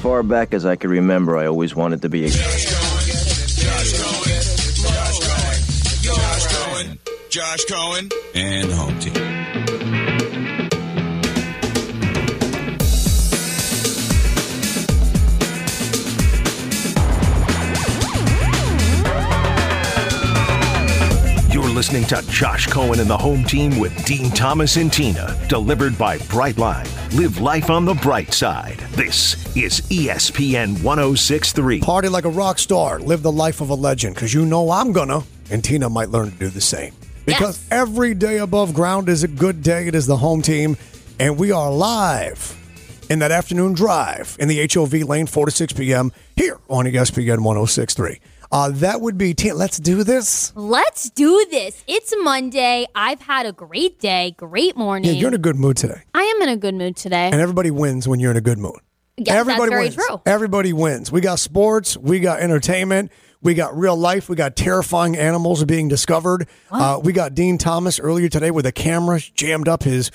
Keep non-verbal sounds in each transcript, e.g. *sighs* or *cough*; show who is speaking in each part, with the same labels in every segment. Speaker 1: far back as I could remember, I always wanted to be a.
Speaker 2: Josh Cohen, Josh Cohen, and Home Team.
Speaker 3: You're listening to Josh Cohen and the home team with Dean Thomas and Tina, delivered by Brightline. Live life on the bright side. This is E ESPN 1063.
Speaker 4: Party like a rock star. Live the life of a legend because you know I'm going to. And Tina might learn to do the same. Because every day above ground is a good day. It is the home team. And we are live in that afternoon drive in the HOV lane, 4 to 6 p.m. here on E ESPN 1063. Uh, that would be, Tina, let's do this.
Speaker 5: Let's do this. It's Monday. I've had a great day, great morning.
Speaker 4: Yeah, you're in a good mood today.
Speaker 5: I am in a good mood today.
Speaker 4: And everybody wins when you're in a good mood.
Speaker 5: Yes, that's
Speaker 4: everybody
Speaker 5: very
Speaker 4: wins.
Speaker 5: true.
Speaker 4: Everybody wins. We got sports, we got entertainment, we got real life, we got terrifying animals being discovered. Uh, we got Dean Thomas earlier today with a camera jammed up his,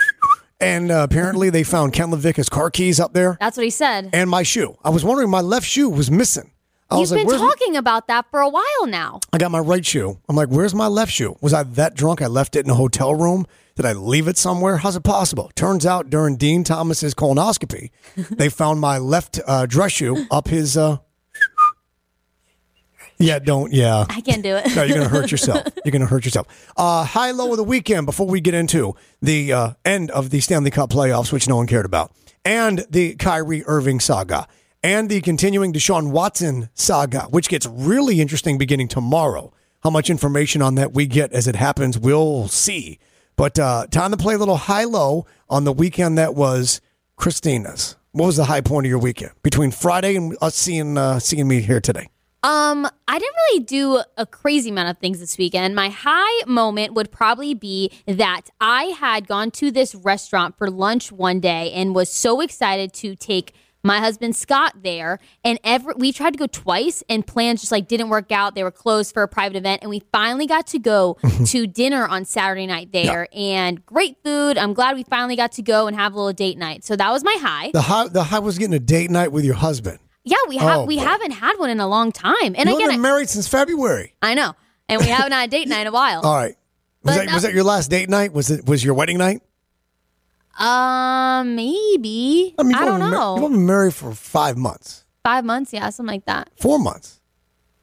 Speaker 4: and uh, apparently they found Ken Levicka's car keys up there
Speaker 5: That's what he said.
Speaker 4: and my shoe. I was wondering, my left shoe was missing. I
Speaker 5: You've
Speaker 4: was like,
Speaker 5: been
Speaker 4: "Where's my-"
Speaker 5: talking about that for a while now.
Speaker 4: I got my right shoe. I'm like, where's my left shoe? Was I that drunk? I left it in a hotel room. Did I leave it somewhere? How's it possible? Turns out during Dean Thomas's colonoscopy, they found my left uh, dress shoe up his. Uh... Yeah, don't. Yeah.
Speaker 5: I
Speaker 4: *laughs*
Speaker 5: can do
Speaker 4: No,
Speaker 5: it.
Speaker 4: you're going to hurt yourself. You're going to hurt yourself. Uh, high low of the weekend before we get into the uh, end of the Stanley Cup playoffs, which no one cared about, and the Kyrie Irving saga, and the continuing Deshaun Watson saga, which gets really interesting beginning tomorrow. How much information on that we get as it happens, we'll see. But uh, time to play a little high low on the weekend that was Christina's. What was the high point of your weekend between Friday and us seeing uh, seeing me here today?
Speaker 5: um, I didn't really do a crazy amount of things this weekend. My high moment would probably be that I had gone to this restaurant for lunch one day and was so excited to take my husband Scott there. And every we tried to go twice and plans just like didn't work out. They were closed for a private event, and we finally got
Speaker 4: *laughs*
Speaker 5: to go
Speaker 4: Mm-hmm.
Speaker 5: to dinner on Saturday night there. And great food. I'm glad we finally got to go and have a little date night. So that was my high.
Speaker 4: The high the high was getting a date night with your husband.
Speaker 5: Yeah, we have
Speaker 4: Oh,
Speaker 5: we
Speaker 4: boy.
Speaker 5: haven't had one in a long time. And
Speaker 4: You've been
Speaker 5: again, I,
Speaker 4: married since February.
Speaker 5: I know. And we haven't had a date night in a while.
Speaker 4: *laughs* All right. Was
Speaker 5: But
Speaker 4: that,
Speaker 5: that-
Speaker 4: was that your last date night? Was it was your wedding night?
Speaker 5: Um, maybe. I,
Speaker 4: mean, you've
Speaker 5: don't
Speaker 4: only been mar-
Speaker 5: know.
Speaker 4: You've only been married for five months,
Speaker 5: Five months, yeah, something like that.
Speaker 4: four months,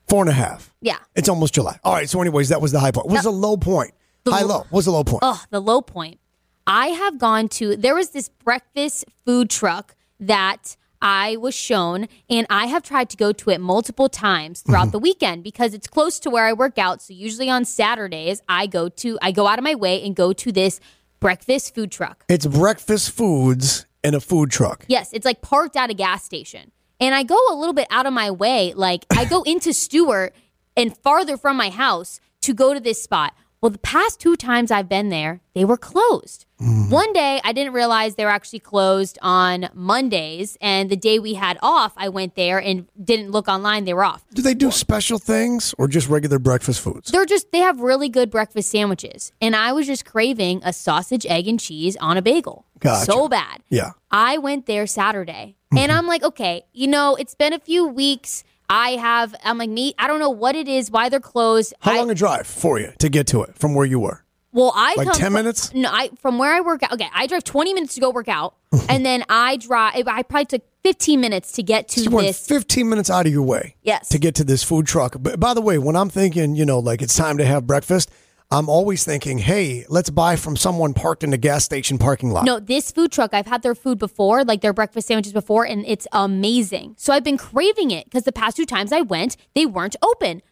Speaker 4: four and a half.
Speaker 5: Yeah.
Speaker 4: It's almost July. All right. So, anyways, that was the high point. Was the low point? high low. Was the low point?
Speaker 5: Oh, the low point. I have gone to there was this breakfast food truck that I was shown and I have tried to go to it multiple times
Speaker 4: *laughs*
Speaker 5: throughout the weekend because it's close to where I work out. So usually on Saturdays I go to I go out of my way and go to this breakfast food truck.
Speaker 4: It's breakfast foods and a food truck.
Speaker 5: Yes, it's like parked at a gas station. And I go a little bit out of my way. Like I go into Stewart and farther from my house to go to this spot. Well, the past two times I've been there, they were closed. One day I didn't realize they were actually closed on Mondays. And the day we had off, I went there and didn't look online. They were off.
Speaker 4: Do they do special things or just regular breakfast foods?
Speaker 5: They're just, they have really good breakfast sandwiches. And I was just craving a sausage, egg, and cheese on a bagel.
Speaker 4: Gotcha.
Speaker 5: So bad.
Speaker 4: Yeah.
Speaker 5: I went there Saturday
Speaker 4: Mm-hmm.
Speaker 5: and I'm like, okay, you know, it's been a few weeks. I have, I'm like, me, I don't know what it is, why they're closed.
Speaker 4: How
Speaker 5: I,
Speaker 4: long a drive for you to get to it from where you were?
Speaker 5: Well, I
Speaker 4: like
Speaker 5: come
Speaker 4: 10
Speaker 5: fr-
Speaker 4: minutes?
Speaker 5: No, I from where I work out. Okay, I drive 20 minutes to go work out,
Speaker 4: Mm-hmm.
Speaker 5: and then I drive. I probably took 15 minutes to get to
Speaker 4: You went
Speaker 5: this.
Speaker 4: 15 minutes out of your way
Speaker 5: Yes.
Speaker 4: to get to this food truck. But by the way, when I'm thinking, you know, like it's time to have breakfast, I'm always thinking, hey, let's buy from someone parked in a gas station parking lot.
Speaker 5: No, this food truck, I've had their food before, like their breakfast sandwiches before, and it's amazing. So I've been craving it because the past two times I went, they weren't open.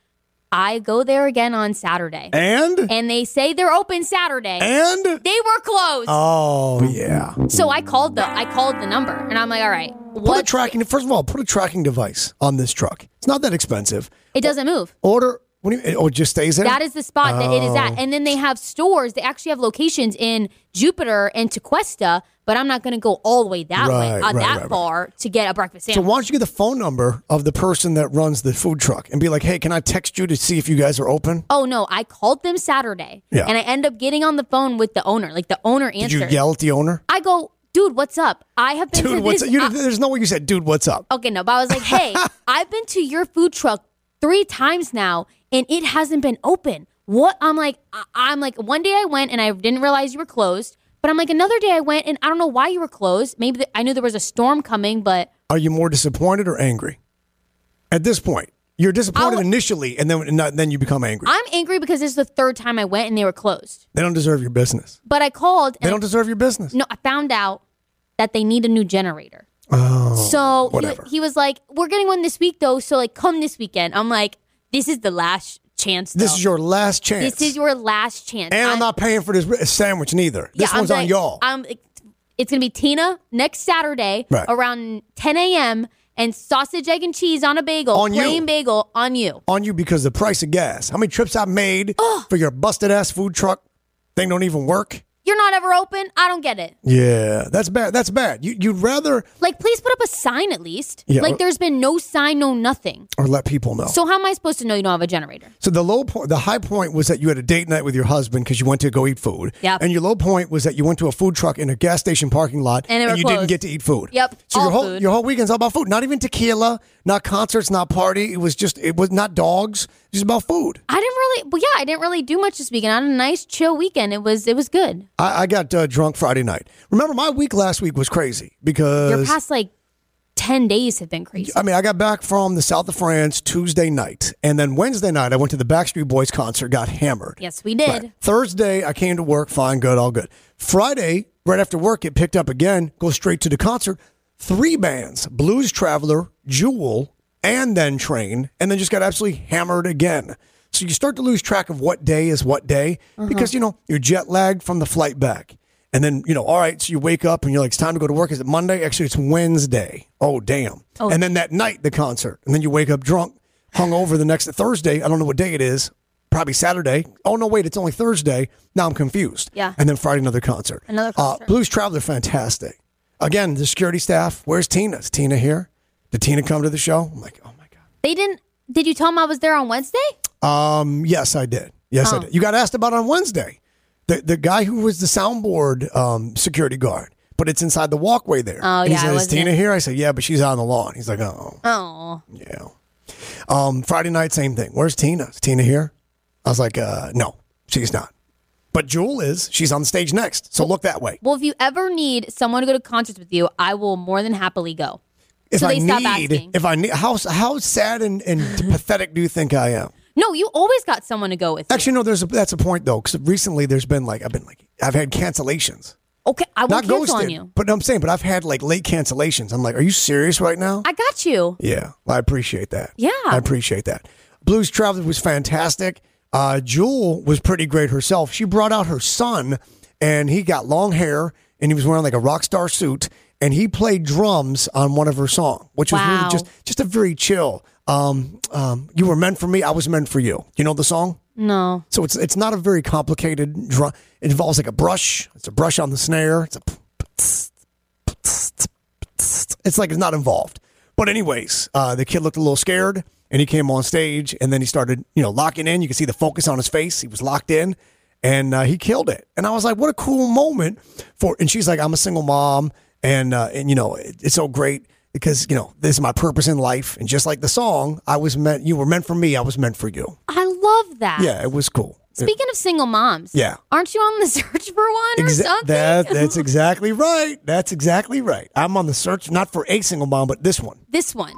Speaker 5: I go there again on Saturday,
Speaker 4: And?
Speaker 5: and they say they're open Saturday.
Speaker 4: And?
Speaker 5: They were closed.
Speaker 4: Oh, yeah.
Speaker 5: so I called the I called the number and I'm like, all right,
Speaker 4: Put a
Speaker 5: what?
Speaker 4: tracking, first of all, put a tracking device on this truck. It's not that expensive.
Speaker 5: it doesn't move.
Speaker 4: Order, what do you, oh, it just stays there?
Speaker 5: That is the spot that it is
Speaker 4: Oh.
Speaker 5: at. And then they have stores. They actually have locations in Jupiter and Tequesta, but I'm not going to go all the way that
Speaker 4: Right,
Speaker 5: way, uh,
Speaker 4: right,
Speaker 5: that
Speaker 4: right, right.
Speaker 5: far to get a breakfast
Speaker 4: So
Speaker 5: sandwich.
Speaker 4: why don't you get the phone number of the person that runs the food truck and be like, hey, can I text you to see if you guys are open?
Speaker 5: oh, no. I called them Saturday
Speaker 4: Yeah.
Speaker 5: and I end up getting on the phone with the owner. Like the owner answered.
Speaker 4: Did you yell at the owner?
Speaker 5: I go, dude, what's up? I have been to
Speaker 4: Dude, what's
Speaker 5: this.
Speaker 4: up? You,
Speaker 5: I-
Speaker 4: there's no way you said, dude, what's up?
Speaker 5: okay, no, but I was
Speaker 4: *laughs*
Speaker 5: like, hey, I've been to your food truck three times now, and it hasn't been open. What? I'm like, I- I'm like, one day I went and I didn't realize you were closed. But I'm like, another day I went and I don't know why you were closed. Maybe the, I knew there was a storm coming, but
Speaker 4: Are you more disappointed or angry? At this point, you're disappointed
Speaker 5: I'll-
Speaker 4: initially, and then and not- then you become angry.
Speaker 5: I'm angry because this is the third time I went and they were closed.
Speaker 4: they don't deserve your business.
Speaker 5: But I called. And
Speaker 4: They
Speaker 5: I-
Speaker 4: don't deserve your business.
Speaker 5: No, I found out that they need a new generator. Oh, so he-
Speaker 4: whatever.
Speaker 5: He, was like, "We're getting one this week, though. So like, come this weekend." I'm like, "This is the last chance.
Speaker 4: This
Speaker 5: though.
Speaker 4: is your last chance.
Speaker 5: This is your last chance."
Speaker 4: and I'm not paying for this ri- sandwich neither. This
Speaker 5: I'm
Speaker 4: one's on
Speaker 5: like-
Speaker 4: y'all.
Speaker 5: I'm, it's gonna be Tina next Saturday
Speaker 4: Right.
Speaker 5: around 10 a.m. and sausage, egg, and cheese on a bagel,
Speaker 4: On you.
Speaker 5: plain bagel on you.
Speaker 4: on you because the price of gas. How many trips I made for your busted ass food truck thing don't even work.
Speaker 5: You're not ever open. I don't get it.
Speaker 4: Yeah, that's bad. That's bad. You, you'd rather
Speaker 5: Like, please put up a sign at least.
Speaker 4: Yeah. uh, Oh.
Speaker 5: Like, there's been no sign, no nothing.
Speaker 4: or let people know. So,
Speaker 5: So how am I supposed to know you don't have a generator?
Speaker 4: the low point, the high point was that you had a date night with your husband because you went to go eat food.
Speaker 5: Yep.
Speaker 4: And your low point was that you went to a food truck in a gas station parking lot
Speaker 5: And they were
Speaker 4: you didn't
Speaker 5: closed.
Speaker 4: get to eat food.
Speaker 5: Yep,
Speaker 4: So your
Speaker 5: all
Speaker 4: whole
Speaker 5: food.
Speaker 4: your whole weekend's all about food. Not even tequila, not concerts, not party. It was just it was not dogs. It was about food.
Speaker 5: I didn't really. Well, yeah, I didn't really do much this weekend. I had a nice chill weekend. It was it was good.
Speaker 4: I, I got uh, drunk Friday night. Remember, my week last week was crazy because
Speaker 5: Your past like ten days have been crazy.
Speaker 4: I mean, I got back from the south of France Tuesday night, and then Wednesday night I went to the Backstreet Boys concert, got hammered.
Speaker 5: yes, we did.
Speaker 4: Right. Thursday I came to work, fine, good, all good. Friday, right after work, it picked up again, go straight to the concert. Three bands: Blues Traveler, Jewel, and then Train, and then just got absolutely hammered again. So you start to lose track of what day is what day because you know you're jet lagged from the flight back. And then, you know, all right, so you wake up and you're like, it's time to go to work. Is it Monday? Actually, it's Wednesday. Oh, damn. And then that night, the concert. And then you wake up drunk, hung over the next Thursday. I don't know what day it is. Probably Saturday. Oh, no, wait, it's only Thursday. Now I'm confused.
Speaker 5: Yeah.
Speaker 4: And then Friday, another concert.
Speaker 5: Another
Speaker 4: Uh,
Speaker 5: concert.
Speaker 4: Blues Traveler, fantastic. Again, the security staff, where's Tina? Is Tina here? Did Tina come to the show? I'm like, oh my God.
Speaker 5: They didn't. Did you tell them I was there on Wednesday?
Speaker 4: Um, yes, I did. Yes,
Speaker 5: Oh.
Speaker 4: I did. You got asked about it on Wednesday. The the guy who was the soundboard um, security guard, but it's inside the walkway there.
Speaker 5: Oh,
Speaker 4: and
Speaker 5: yeah,
Speaker 4: He
Speaker 5: I
Speaker 4: said, "Is
Speaker 5: wasn't
Speaker 4: Tina
Speaker 5: in."
Speaker 4: here?" I said, "Yeah, but she's out on the lawn." He's like, "Oh,
Speaker 5: Oh,
Speaker 4: yeah." Um, Friday night, same thing. Where's Tina? Is Tina here? I was like, uh, "No, she's not." But Jewel is. She's on stage next. So look that way.
Speaker 5: well, if you ever need someone to go to concerts with you, I will more than happily go.
Speaker 4: If
Speaker 5: so
Speaker 4: I
Speaker 5: they stop
Speaker 4: need,
Speaker 5: asking.
Speaker 4: if I need, how how sad and,
Speaker 5: *laughs*
Speaker 4: and pathetic do you think I am?
Speaker 5: No, you always got someone to go with. you.
Speaker 4: Actually, no. There's a, that's a point though, because recently there's been like I've been like I've had cancellations.
Speaker 5: okay, I will
Speaker 4: not
Speaker 5: cancel
Speaker 4: ghosted,
Speaker 5: on you.
Speaker 4: but I'm saying, but I've had like late cancellations. I'm like, are you serious right now?
Speaker 5: I got you.
Speaker 4: yeah, I appreciate that.
Speaker 5: Yeah.
Speaker 4: I appreciate that. Blues Traveler was fantastic. Uh, Jewel was pretty great herself. She brought out her son, and he got long hair, and he was wearing like a rock star suit, and he played drums on one of her song, which was really
Speaker 5: Wow.
Speaker 4: just just a very chill. Um, um, you were meant for me, I was meant for you. You know the song.
Speaker 5: No,
Speaker 4: So it's it's not a very complicated drum. It involves like a brush. It's a brush on the snare. It's a. It's like it's not involved. But anyways, uh, the kid looked a little scared, and he came on stage, and then he started you know locking in. You can see the focus on his face. He was locked in, and uh, he killed it. And I was like, what a cool moment for. And she's like, I'm a single mom, and uh, and you know it, it's so great. Because you know this is my purpose in life, and just like the song, I was meant. You were meant for me. I was meant for you.
Speaker 5: I love that.
Speaker 4: Yeah, it was cool.
Speaker 5: Speaking of single moms,
Speaker 4: Yeah.
Speaker 5: aren't you on the *laughs* search for one or
Speaker 4: Exa-
Speaker 5: something?
Speaker 4: that- that's exactly right. That's exactly right. I'm on the search, not for a single mom, but this one.
Speaker 5: *laughs* this one.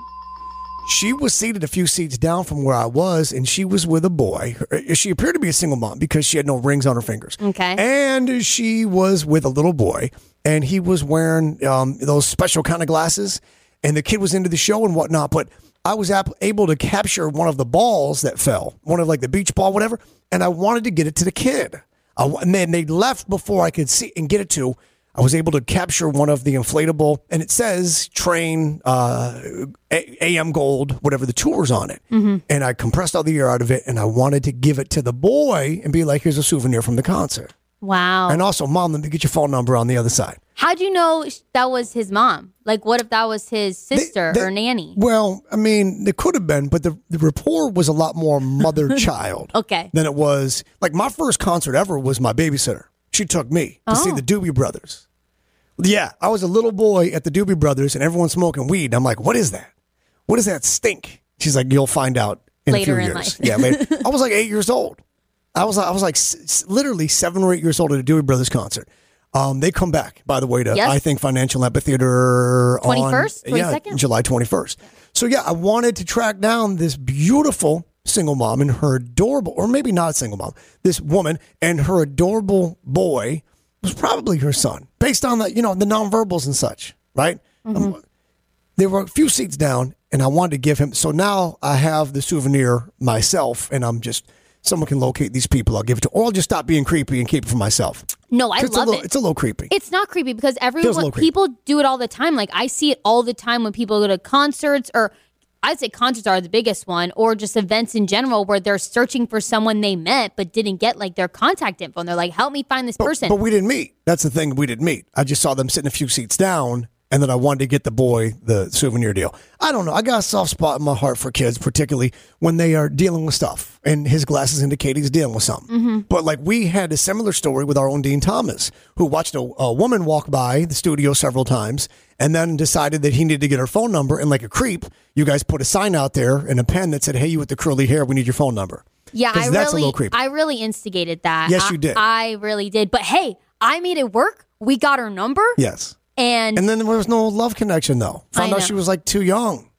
Speaker 4: She was seated a few seats down from where I was, and she was with a boy. Her- She appeared to be a single mom because she had no rings on her fingers.
Speaker 5: Okay.
Speaker 4: And she was with a little boy, and he was wearing um, those special kind of glasses, and the kid was into the show and whatnot. But I was ap- able to capture one of the balls that fell, one of like the beach ball, whatever, and I wanted to get it to the kid. I wa- and then they left before I could see and get it to. I was able to capture one of the inflatable, and it says train uh, A- AM Gold, whatever the tour's on it. And I compressed all the air out of it, and I wanted to give it to the boy and be like, "Here's a souvenir from the concert."
Speaker 5: Wow.
Speaker 4: And also, mom, let me get your phone number on the other side.
Speaker 5: How'd you know sh- that was his mom? Like, what if that was his sister
Speaker 4: They-
Speaker 5: or nanny?
Speaker 4: Well, I mean, it could have been, but the, the rapport was a lot more
Speaker 5: *laughs*
Speaker 4: mother child
Speaker 5: Okay.
Speaker 4: than it was.
Speaker 5: Oh.
Speaker 4: Like, my first concert ever was my babysitter. She took me to see the Doobie Brothers. Yeah, I was a little boy at the Doobie Brothers, and everyone's smoking weed. I'm like, what is that? What is that stink? She's like, you'll find out in
Speaker 5: Later
Speaker 4: a few
Speaker 5: in
Speaker 4: years.
Speaker 5: life.
Speaker 4: yeah,
Speaker 5: *laughs*
Speaker 4: later. I was like eight years old. I was I was like s- s- literally seven or eight years old at a Doobie Brothers concert. Um, they come back, by the way, to
Speaker 5: Yes.
Speaker 4: I think Financial Amphitheater on
Speaker 5: 21st,
Speaker 4: yeah,
Speaker 5: 22nd?
Speaker 4: July 21st. So yeah, I wanted to track down this beautiful single mom and her adorable, or maybe not single mom, this woman and her adorable boy was probably her son, based on the you know the nonverbals and such, right?
Speaker 5: Mm-hmm.
Speaker 4: Um, They were a few seats down, and I wanted to give him. So now I have the souvenir myself, and I'm just someone can locate these people. I'll give it to, or I'll just stop being creepy and keep it for myself.
Speaker 5: No, I
Speaker 4: it's
Speaker 5: love
Speaker 4: a little,
Speaker 5: it.
Speaker 4: It's a little creepy.
Speaker 5: It's not creepy because
Speaker 4: little
Speaker 5: everyone
Speaker 4: creepy.
Speaker 5: people do it all the time. Like I see it all the time when people go to concerts or I'd say concerts are the biggest one or just events in general where they're searching for someone they met but didn't get like their contact info and they're like, "Help me find this person."
Speaker 4: But we didn't meet. That's the thing. We didn't meet. I just saw them sitting a few seats down, and then I wanted to get the boy the souvenir deal. I don't know. I got a soft spot in my heart for kids, particularly when they are dealing with stuff. And his glasses indicate he's dealing with something. But like we had a similar story with our own Dean Thomas, who watched a, a woman walk by the studio several times. And then decided that he needed to get her phone number. And like a creep, you guys put a sign out there and a pen that said, Hey, you with the curly hair, we need your phone number.
Speaker 5: yeah,
Speaker 4: 'Cause
Speaker 5: I
Speaker 4: that's a
Speaker 5: really
Speaker 4: little creepy.
Speaker 5: I really instigated that.
Speaker 4: Yes,
Speaker 5: I-
Speaker 4: you did.
Speaker 5: I really did. But hey, I made it work. We got her number
Speaker 4: Yes.
Speaker 5: and,
Speaker 4: And then there was no love connection though. Found
Speaker 5: I
Speaker 4: out
Speaker 5: know.
Speaker 4: she was like too young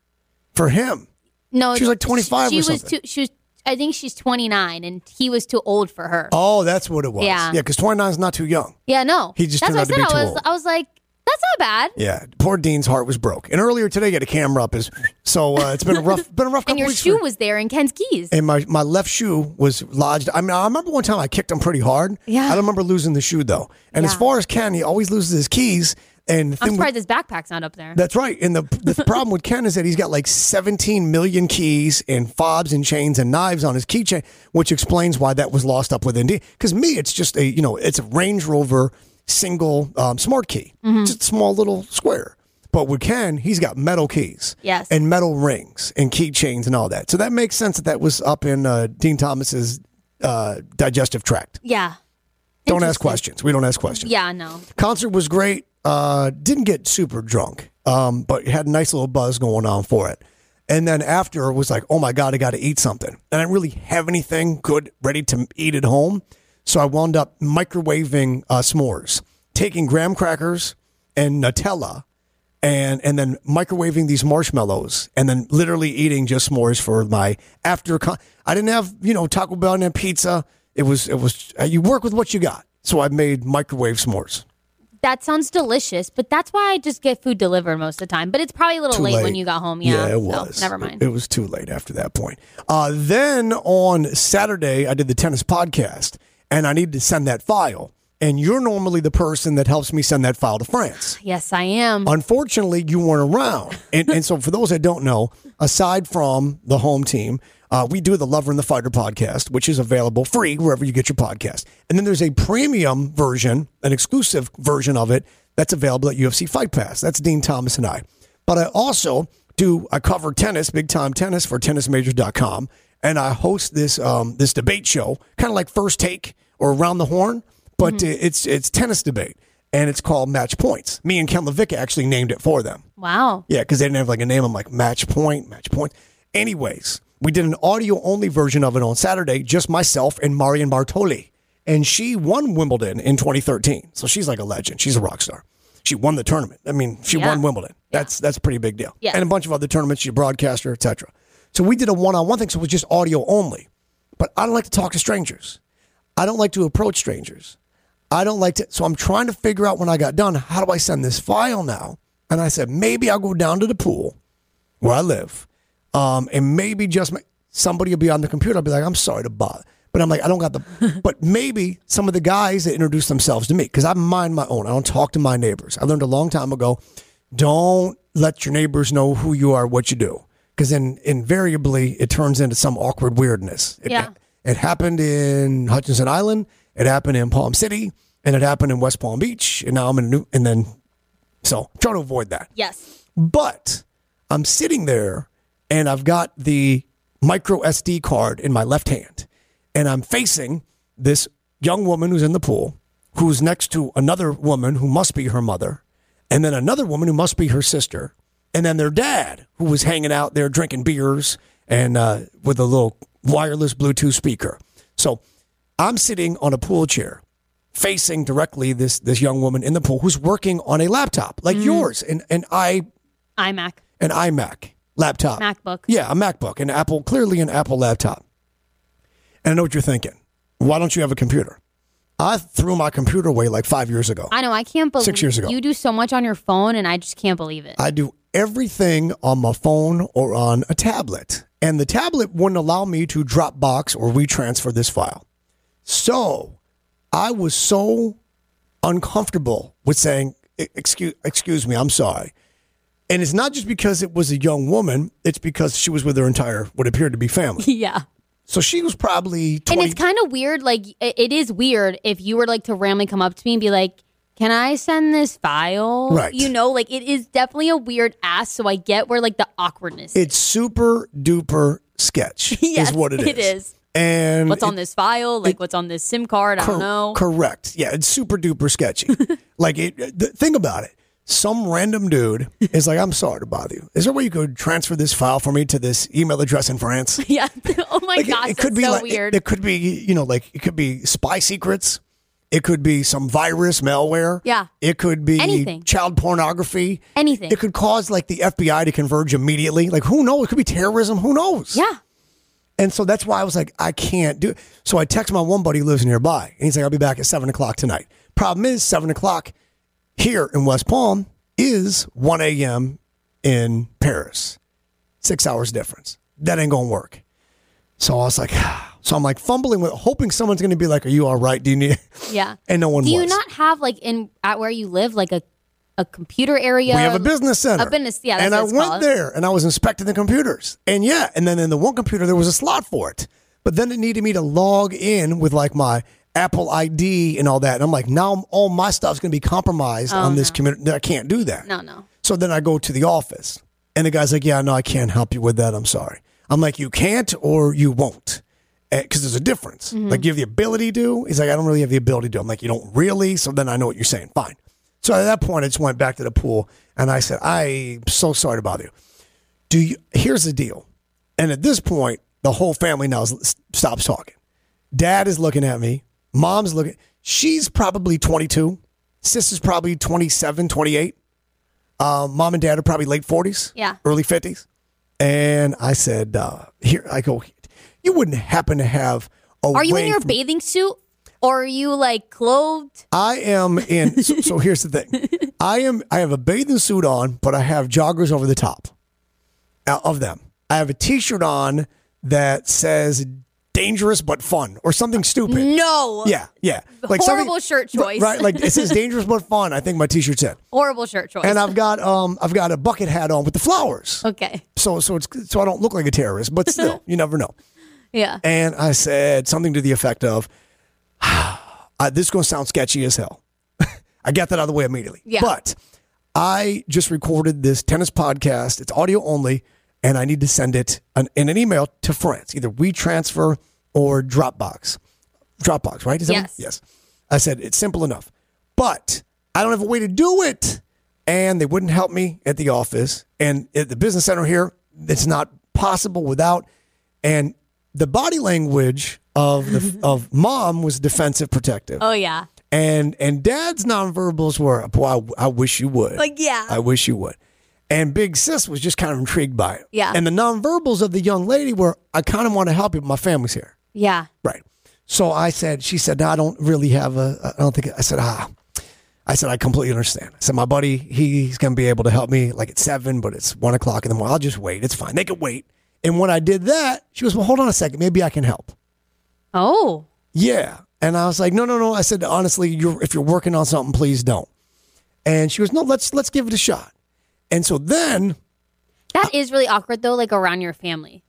Speaker 4: for him.
Speaker 5: no
Speaker 4: she was like 25
Speaker 5: she
Speaker 4: or
Speaker 5: was
Speaker 4: something.
Speaker 5: too she was I think she's 29 and he was too old for her.
Speaker 4: Oh, that's what it was.
Speaker 5: Yeah.
Speaker 4: because 29 is not too young.
Speaker 5: Yeah, no.
Speaker 4: He just turned
Speaker 5: That's what
Speaker 4: out to be
Speaker 5: I said. I
Speaker 4: too
Speaker 5: was
Speaker 4: old.
Speaker 5: I was like, that's not bad.
Speaker 4: Yeah. Poor Dean's heart was broke. And earlier today, he had a camera up his. So uh, it's been a rough, been a rough couple
Speaker 5: *laughs* And your
Speaker 4: weeks
Speaker 5: shoe
Speaker 4: for-
Speaker 5: was there in Ken's keys.
Speaker 4: and my, my left shoe was lodged. I mean, I remember one time I kicked him pretty hard.
Speaker 5: Yeah.
Speaker 4: I don't remember losing the shoe though. And as
Speaker 5: Yeah.
Speaker 4: far as Ken, he always loses his keys. And the
Speaker 5: I'm
Speaker 4: thing with-
Speaker 5: surprised his backpack's not up there.
Speaker 4: That's right. And the
Speaker 5: *laughs*
Speaker 4: the problem with Ken is that he's got like 17 million keys and fobs and chains and knives on his keychain, which explains why that was lost up with Indy. Because me, it's just a you know, it's a Range Rover single um, smart key,
Speaker 5: Mm-hmm.
Speaker 4: just a small little square. But with Ken, he's got metal keys,
Speaker 5: Yes.
Speaker 4: and metal rings and keychains and all that. So that makes sense that that was up in uh, Dean Thomas's uh, digestive tract.
Speaker 5: yeah.
Speaker 4: Don't ask
Speaker 5: Interesting.
Speaker 4: questions. We don't ask questions
Speaker 5: Yeah, no.
Speaker 4: concert was great. Uh, didn't get super drunk, um, but had a nice little buzz going on for it. And then after it was like, oh my god, I got to eat something, and I didn't really have anything good ready to eat at home, so I wound up microwaving uh, s'mores, taking graham crackers and Nutella, and and then microwaving these marshmallows, and then literally eating just s'mores for my after. Con- I didn't have you know Taco Bell and pizza. It was it was uh, you work with what you got, so I made microwave s'mores.
Speaker 5: That sounds delicious, but that's why I just get food delivered most of the time. But it's probably a little
Speaker 4: too
Speaker 5: late, when you got home. Yeah,
Speaker 4: it was.
Speaker 5: So, never
Speaker 4: It,
Speaker 5: mind.
Speaker 4: it was too late after that point. Uh, then on Saturday, I did the tennis podcast, and I needed to send that file. And you're normally the person that helps me send that file to France.
Speaker 5: yes, I am.
Speaker 4: Unfortunately, you weren't around. And, and so, for those that don't know, aside from the home team, uh, we do the Lover and the Fighter podcast, which is available free wherever you get your podcast. And then there's a premium version, an exclusive version of it that's available at UFC Fight Pass. That's Dean Thomas and I. But I also do, I cover tennis, big time tennis for tennismajors.com. And I host this um, this debate show, kind of like First Take or Around the Horn, but it's it's tennis debate and it's called Match Points. Me and Ken Levicka actually named it for them.
Speaker 5: wow.
Speaker 4: Yeah, because they didn't have like a name. I'm like Match Point, Match Point. Anyways, we did an audio only version of it on Saturday, just myself and Marion Bartoli, and she won Wimbledon in 2013. So she's like a legend. She's a rock star. She won the tournament. I mean, she
Speaker 5: Yeah.
Speaker 4: won Wimbledon. That's that's a pretty big deal.
Speaker 5: Yes.
Speaker 4: And a bunch of other tournaments. She's a broadcaster, etc. So we did a one on one thing. So it was just audio only. But I don't like to talk to strangers. I don't like to approach strangers. I don't like to. So I'm trying to figure out when I got done, how do I send this file now? And I said, maybe I'll go down to the pool where I live. Um, and maybe just ma- somebody will be on the computer. I'll be like, I'm sorry to bother. But I'm like, I don't got the, but maybe some of the guys that introduced themselves to me, because I mind my own. I don't talk to my neighbors. I learned a long time ago, don't let your neighbors know who you are, what you do. Because then invariably it turns into some awkward weirdness. It-
Speaker 5: Yeah.
Speaker 4: it happened in Hutchinson Island. It happened in Palm City, and it happened in West Palm Beach. And now I'm in a new, and then so trying to avoid that.
Speaker 5: Yes.
Speaker 4: But I'm sitting there, and I've got the micro SD card in my left hand, and I'm facing this young woman who's in the pool, who's next to another woman who must be her mother, and then another woman who must be her sister, and then their dad who was hanging out there drinking beers and uh, with a little wireless Bluetooth speaker. So I'm sitting on a pool chair, facing directly this this young woman in the pool who's working on a laptop like yours, and and I
Speaker 5: iMac,
Speaker 4: an iMac laptop.
Speaker 5: MacBook.
Speaker 4: Yeah, a MacBook, an Apple, clearly an Apple laptop. And I know what you're thinking. Why don't you have a computer? I threw my computer away like five years ago. I,
Speaker 5: I know. I can't believe
Speaker 4: Six years ago.
Speaker 5: you do so much on your phone, and I just can't believe it.
Speaker 4: do everything on my phone or on a tablet. And the tablet wouldn't allow me to Dropbox or retransfer this file. So I was so uncomfortable with saying, "E- excuse, excuse me, I'm sorry. And it's not just because it was a young woman, it's because she was with her entire, what appeared to be
Speaker 5: *laughs*
Speaker 4: family.
Speaker 5: *laughs* yeah.
Speaker 4: So she was probably 20.
Speaker 5: And it's kind of weird. Like i- it is weird if you were like to randomly come up to me and be like, "Can I send this file?"
Speaker 4: Right.
Speaker 5: You know, like it is definitely a weird ask. So I get where like the awkwardness.
Speaker 4: it's super duper sketch
Speaker 5: *laughs* Yes,
Speaker 4: is what it is.
Speaker 5: it is.
Speaker 4: And
Speaker 5: what's on
Speaker 4: it-
Speaker 5: this file? Like what's on this SIM card? I
Speaker 4: cor-
Speaker 5: don't know.
Speaker 4: Correct. Yeah, it's super duper sketchy. like it th- think about it. Some random dude is like, "I'm sorry to bother you. Is there a way you could transfer this file for me to this email address in
Speaker 5: *laughs*
Speaker 4: France?"
Speaker 5: *laughs* yeah. oh my
Speaker 4: Like,
Speaker 5: gosh, that's so
Speaker 4: like
Speaker 5: weird.
Speaker 4: It, it could be, you know, like it could be spy secrets. It could be some virus, malware.
Speaker 5: Yeah.
Speaker 4: It could be
Speaker 5: Anything.
Speaker 4: child pornography.
Speaker 5: Anything.
Speaker 4: It could cause like the FBI to converge immediately. Like who knows? It could be terrorism. Who knows?
Speaker 5: yeah.
Speaker 4: And so that's why I was like, I can't do it. So I text my one buddy who lives nearby, and he's like, I'll be back at seven o'clock tonight. Problem is, seven o'clock here in West Palm is 1 a.m. in Paris. Six hours difference. That ain't gonna work. So I was like, *sighs* so I'm like fumbling with hoping someone's gonna be like, Are you all right? Do you need
Speaker 5: Yeah.
Speaker 4: And no one
Speaker 5: Do you
Speaker 4: was.
Speaker 5: not have like in at where you live like a a computer area?
Speaker 4: We have a business center.
Speaker 5: A business, yeah. That's
Speaker 4: and
Speaker 5: what
Speaker 4: I
Speaker 5: it's
Speaker 4: went
Speaker 5: called.
Speaker 4: there and I was inspecting the computers. And yeah, and then in the one computer there was a slot for it. But then it needed me to log in with like my Apple ID and all that. And I'm like, now all my stuff's going to be compromised on this computer. I can't do that.
Speaker 5: Uh-huh. No, no.
Speaker 4: So then I go to the office and the guy's like, yeah, no, I can't help you with that. I'm sorry. I'm like, you can't or you won't. Because there's a difference. Like, you have the ability to. He's like, I don't really have the ability to. I'm like, you don't really. So then I know what you're saying. Fine. So at that point, I just went back to the pool and I said, I'm so sorry to bother you. Do you? Here's the deal. And at this point, the whole family now is, stops talking. Dad is looking at me. Mom's looking. She's probably 22. Sister's probably 27, 28. Uh, mom and dad are probably late 40s,
Speaker 5: Yeah.
Speaker 4: early 50s. And I said, uh, here, I go, you wouldn't happen to have a
Speaker 5: Are you in
Speaker 4: way
Speaker 5: your
Speaker 4: from-
Speaker 5: bathing suit? Or are you like clothed?
Speaker 4: I am in.
Speaker 5: *laughs*
Speaker 4: So, so here's the thing. I am. I have a bathing suit on, but I have joggers over the top uh, of them. I have a T-shirt on that says "dangerous but fun" or something stupid.
Speaker 5: No.
Speaker 4: Yeah, yeah. something-
Speaker 5: Mm. Horrible shirt choice.
Speaker 4: Right, like it says "dangerous but fun." I think my T-shirt
Speaker 5: *laughs*
Speaker 4: said,
Speaker 5: Horrible shirt choice.
Speaker 4: and I've got um, I've got a bucket hat on with the flowers.
Speaker 5: okay.
Speaker 4: So so it's so I don't look like a terrorist,
Speaker 5: *laughs*
Speaker 4: but still, you never know.
Speaker 5: Yeah.
Speaker 4: And I said something to the effect of, *sighs* uh, "This is going to sound sketchy as hell." *laughs* I got that out of the way immediately.
Speaker 5: Yeah.
Speaker 4: But I just recorded this tennis podcast. It's audio only, and I need to send it an, in an email to France, either WeTransfer or Dropbox. Dropbox, right? Is that what-
Speaker 5: Yes.
Speaker 4: Yes. I said it's simple enough, but I don't have a way to do it, and they wouldn't help me at the office and at the business center here. It's not possible without, and the body language of
Speaker 5: *laughs*
Speaker 4: the of mom was defensive, protective
Speaker 5: oh yeah.
Speaker 4: and and dad's nonverbals were boy I, I wish you would
Speaker 5: Like, yeah.
Speaker 4: i wish you would and big sis was just kind of intrigued by it
Speaker 5: Yeah.
Speaker 4: and the nonverbals of the young lady were i kind of want to help you but my family's here
Speaker 5: Yeah.
Speaker 4: right so i said she said no, i don't really have a i don't think i said ah i said i completely understand i said my buddy he, he's going to be able to help me like at seven but it's one o'clock in the morning i'll just wait it's fine they can wait and when i did that she goes well hold on a second maybe i can help
Speaker 5: Oh.
Speaker 4: yeah. And I was like, no, no, no. I said, honestly, you're, if you're working on something, please don't. And she was, no, let's let's give it a shot. And so then,
Speaker 5: That is really awkward though, like around your family.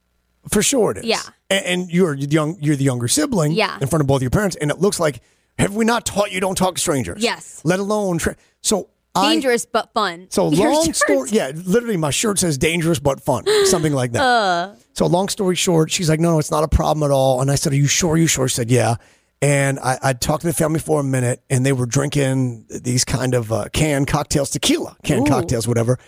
Speaker 4: for sure, it is.
Speaker 5: Yeah.
Speaker 4: A- And, you're the young, you're the younger sibling.
Speaker 5: Yeah.
Speaker 4: In front of both your parents, and it looks like have we not taught you don't talk to strangers?
Speaker 5: Yes.
Speaker 4: Let alone tra- so I-
Speaker 5: Dangerous but fun.
Speaker 4: So
Speaker 5: *laughs* Your
Speaker 4: long
Speaker 5: shirt.
Speaker 4: story, yeah. Literally, my shirt says "dangerous but fun," something like
Speaker 5: Uh.
Speaker 4: that. So long story short, she's like, "No, no, it's not a problem at all." And I said, "Are you sure? Are you sure?" She said, "Yeah." and I, I talked to the family for a minute, and they were drinking these kind of uh, canned cocktails, tequila, canned
Speaker 5: Ooh.
Speaker 4: cocktails, whatever.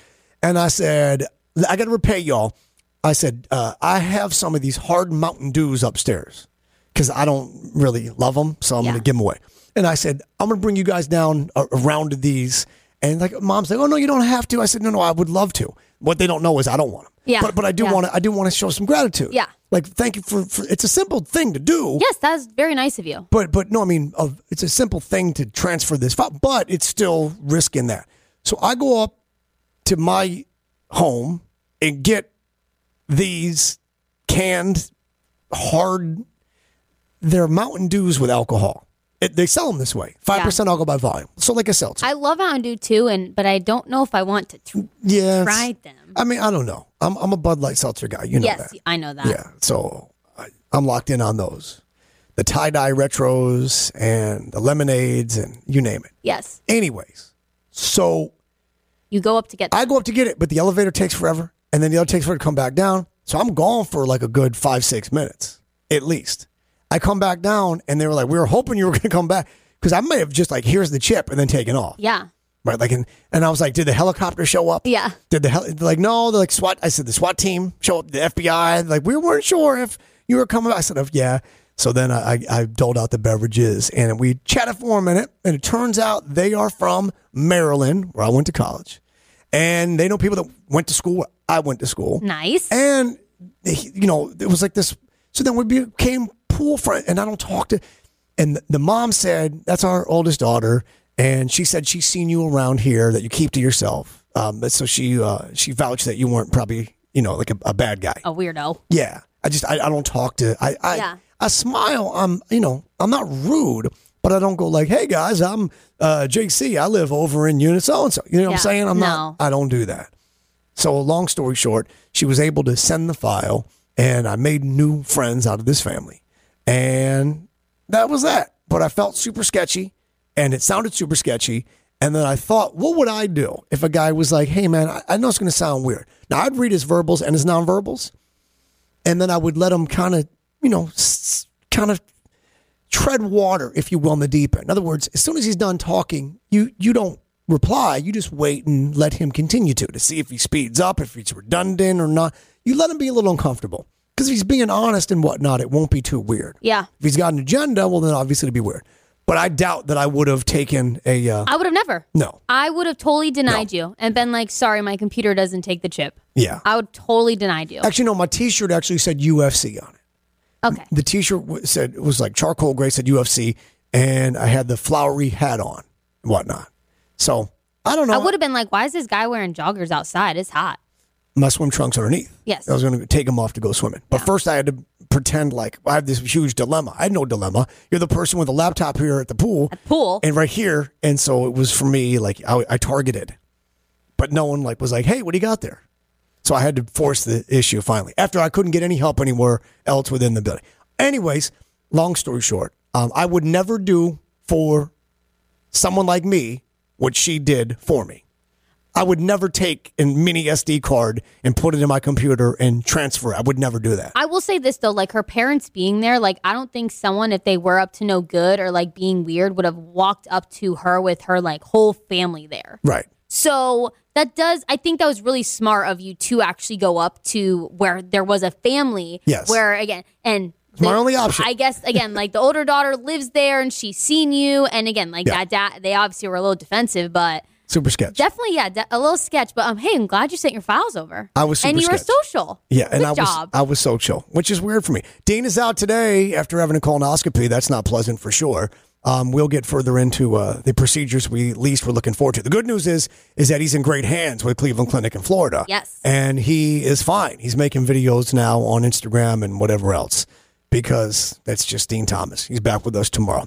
Speaker 4: And I said, I got to repay y'all. I said, uh, I have some of these hard Mountain Dews upstairs because I don't really love them, so I'm
Speaker 5: Yeah.
Speaker 4: going to give them away. And I said, I'm going to bring you guys down a, a round of these. And like, mom's like, oh no, you don't have to. I said, no, no, I would love to. What they don't know is I don't want them.
Speaker 5: Yeah.
Speaker 4: But but I do
Speaker 5: Yeah.
Speaker 4: want to. I do want to show some gratitude.
Speaker 5: Yeah.
Speaker 4: Like thank you for, for. It's a simple thing to do.
Speaker 5: Yes, that's very nice of you.
Speaker 4: But but no, I mean, of it's a simple thing to transfer this, file, but it's still risk in that. So I go up to my home and get these canned hard. They're Mountain Dews with alcohol. It, they sell them this way, five percent alcohol by volume. So like a seltzer.
Speaker 5: I love Mountain Dew too, and but I don't know if I want to. Tr-
Speaker 4: yeah, it's-
Speaker 5: tried them.
Speaker 4: I mean, I don't know. I'm I'm a Bud Light seltzer guy. You know
Speaker 5: yes,
Speaker 4: that.
Speaker 5: I know that.
Speaker 4: Yeah, so I, I'm locked in on those. The tie dye retros and the lemonades and you name it.
Speaker 5: Yes,
Speaker 4: Anyways, so
Speaker 5: you go up to get.
Speaker 4: I go up to get it, but the elevator takes forever, and then the other takes forever to come back down. So I'm gone for like a good five, six minutes at least. I come back down, and they were like, "We were hoping you were *laughs* going to come back because I may have just like here's the chip and then taken off,
Speaker 5: yeah,
Speaker 4: right?" Like, and, and I was like, "Did the helicopter show up?"
Speaker 5: Yeah.
Speaker 4: Did the hell? Like, no. They're like SWAT. I said the SWAT team show up. The FBI. Like, we weren't sure if you were coming. I said, "Oh, yeah. So then I, I, I doled out the beverages, and we chatted for a minute, and it turns out they are from Maryland, where I went to college, and they know people that went to school where I went to school,
Speaker 5: nice.
Speaker 4: and they, you know it was like this. So then we became pool friends, and I don't talk to. And the mom said, "That's our oldest daughter," and she said she's seen you around here that you keep to yourself. Um, but so she uh, she vouched that you weren't probably you know like a, a bad guy.
Speaker 5: a weirdo.
Speaker 4: Yeah, I just I, I don't talk to I I,
Speaker 5: Yeah.
Speaker 4: I smile. I'm you know I'm not rude, but I don't go like, "Hey guys, I'm uh, JC. I live over in unit so and so." You know what
Speaker 5: Yeah.
Speaker 4: I'm saying? I'm not.
Speaker 5: No.
Speaker 4: I don't do that. So, long story short, she was able to send the file, and I made new friends out of this family, and that was that. But I felt super sketchy, and it sounded super sketchy. And then I thought, what would I do if a guy was like, "Hey, man, I, I know it's going to sound weird." Now I'd read his verbals and his nonverbals, and then I would let him kind of, you know, s- kind of tread water, if you will, in the deep end. In other words, as soon as he's done talking, you you don't reply. You just wait and let him continue to to see if he speeds up, if he's redundant or not. You let him be a little uncomfortable because if he's being honest and whatnot, it won't be too weird.
Speaker 5: Yeah,
Speaker 4: If he's got an agenda, well, then obviously it'd be weird. But I doubt that I would have taken a uh,
Speaker 5: I would have never.
Speaker 4: no.
Speaker 5: I would have totally denied you and been like, "Sorry, my computer doesn't take the chip."
Speaker 4: Yeah.
Speaker 5: I would totally denied you.
Speaker 4: Actually, no. My T-shirt actually said UFC on it.
Speaker 5: Okay.
Speaker 4: The T-shirt w- said it was like charcoal gray, said UFC, and I had the flowery hat on, and whatnot. So I don't know.
Speaker 5: I would have been like, "Why is this guy wearing joggers outside? It's hot."
Speaker 4: my swim trunks underneath.
Speaker 5: Yes.
Speaker 4: I was going to take them off to go swimming. But first, I had to pretend like I have this huge dilemma. I had no dilemma. You're the person with a laptop here at the pool,
Speaker 5: Pool.
Speaker 4: and right here. And so it was for me, like, I, I targeted. But no one like was like, hey, what do you got there? So I had to force the issue finally after I couldn't get any help anywhere else within the building. Anyways, long story short, um, I would never do for someone like me what she did for me. I would never take a mini SD card and put it in my computer and transfer. it. I would never do that.
Speaker 5: I will say this though, like her parents being there, like I don't think someone, if they were up to no good or like being weird, would have walked up to her with her like whole family there.
Speaker 4: Right.
Speaker 5: So that does, I think that was really smart of you to actually go up to where there was a family.
Speaker 4: Yes.
Speaker 5: Where again, and
Speaker 4: my only option.
Speaker 5: I guess again, like the older daughter lives there and she's seen you, and again, like
Speaker 4: Yeah.
Speaker 5: that dad, they obviously were a little defensive, but
Speaker 4: Super sketch.
Speaker 5: definitely, yeah, de- a little sketch. But um, hey, I'm glad you sent your files over.
Speaker 4: I was
Speaker 5: and
Speaker 4: super
Speaker 5: you were
Speaker 4: sketch.
Speaker 5: social.
Speaker 4: yeah, and
Speaker 5: Good
Speaker 4: I was
Speaker 5: job.
Speaker 4: I was so chill, which is weird for me. Dean is out today after having a colonoscopy. That's not pleasant for sure. Um, we'll get further into uh, the procedures we least were looking forward to. The good news is is that he's in great hands with Cleveland Clinic in Florida.
Speaker 5: Yes.
Speaker 4: and he is fine. He's making videos now on Instagram and whatever else because that's just Dean Thomas. He's back with us tomorrow.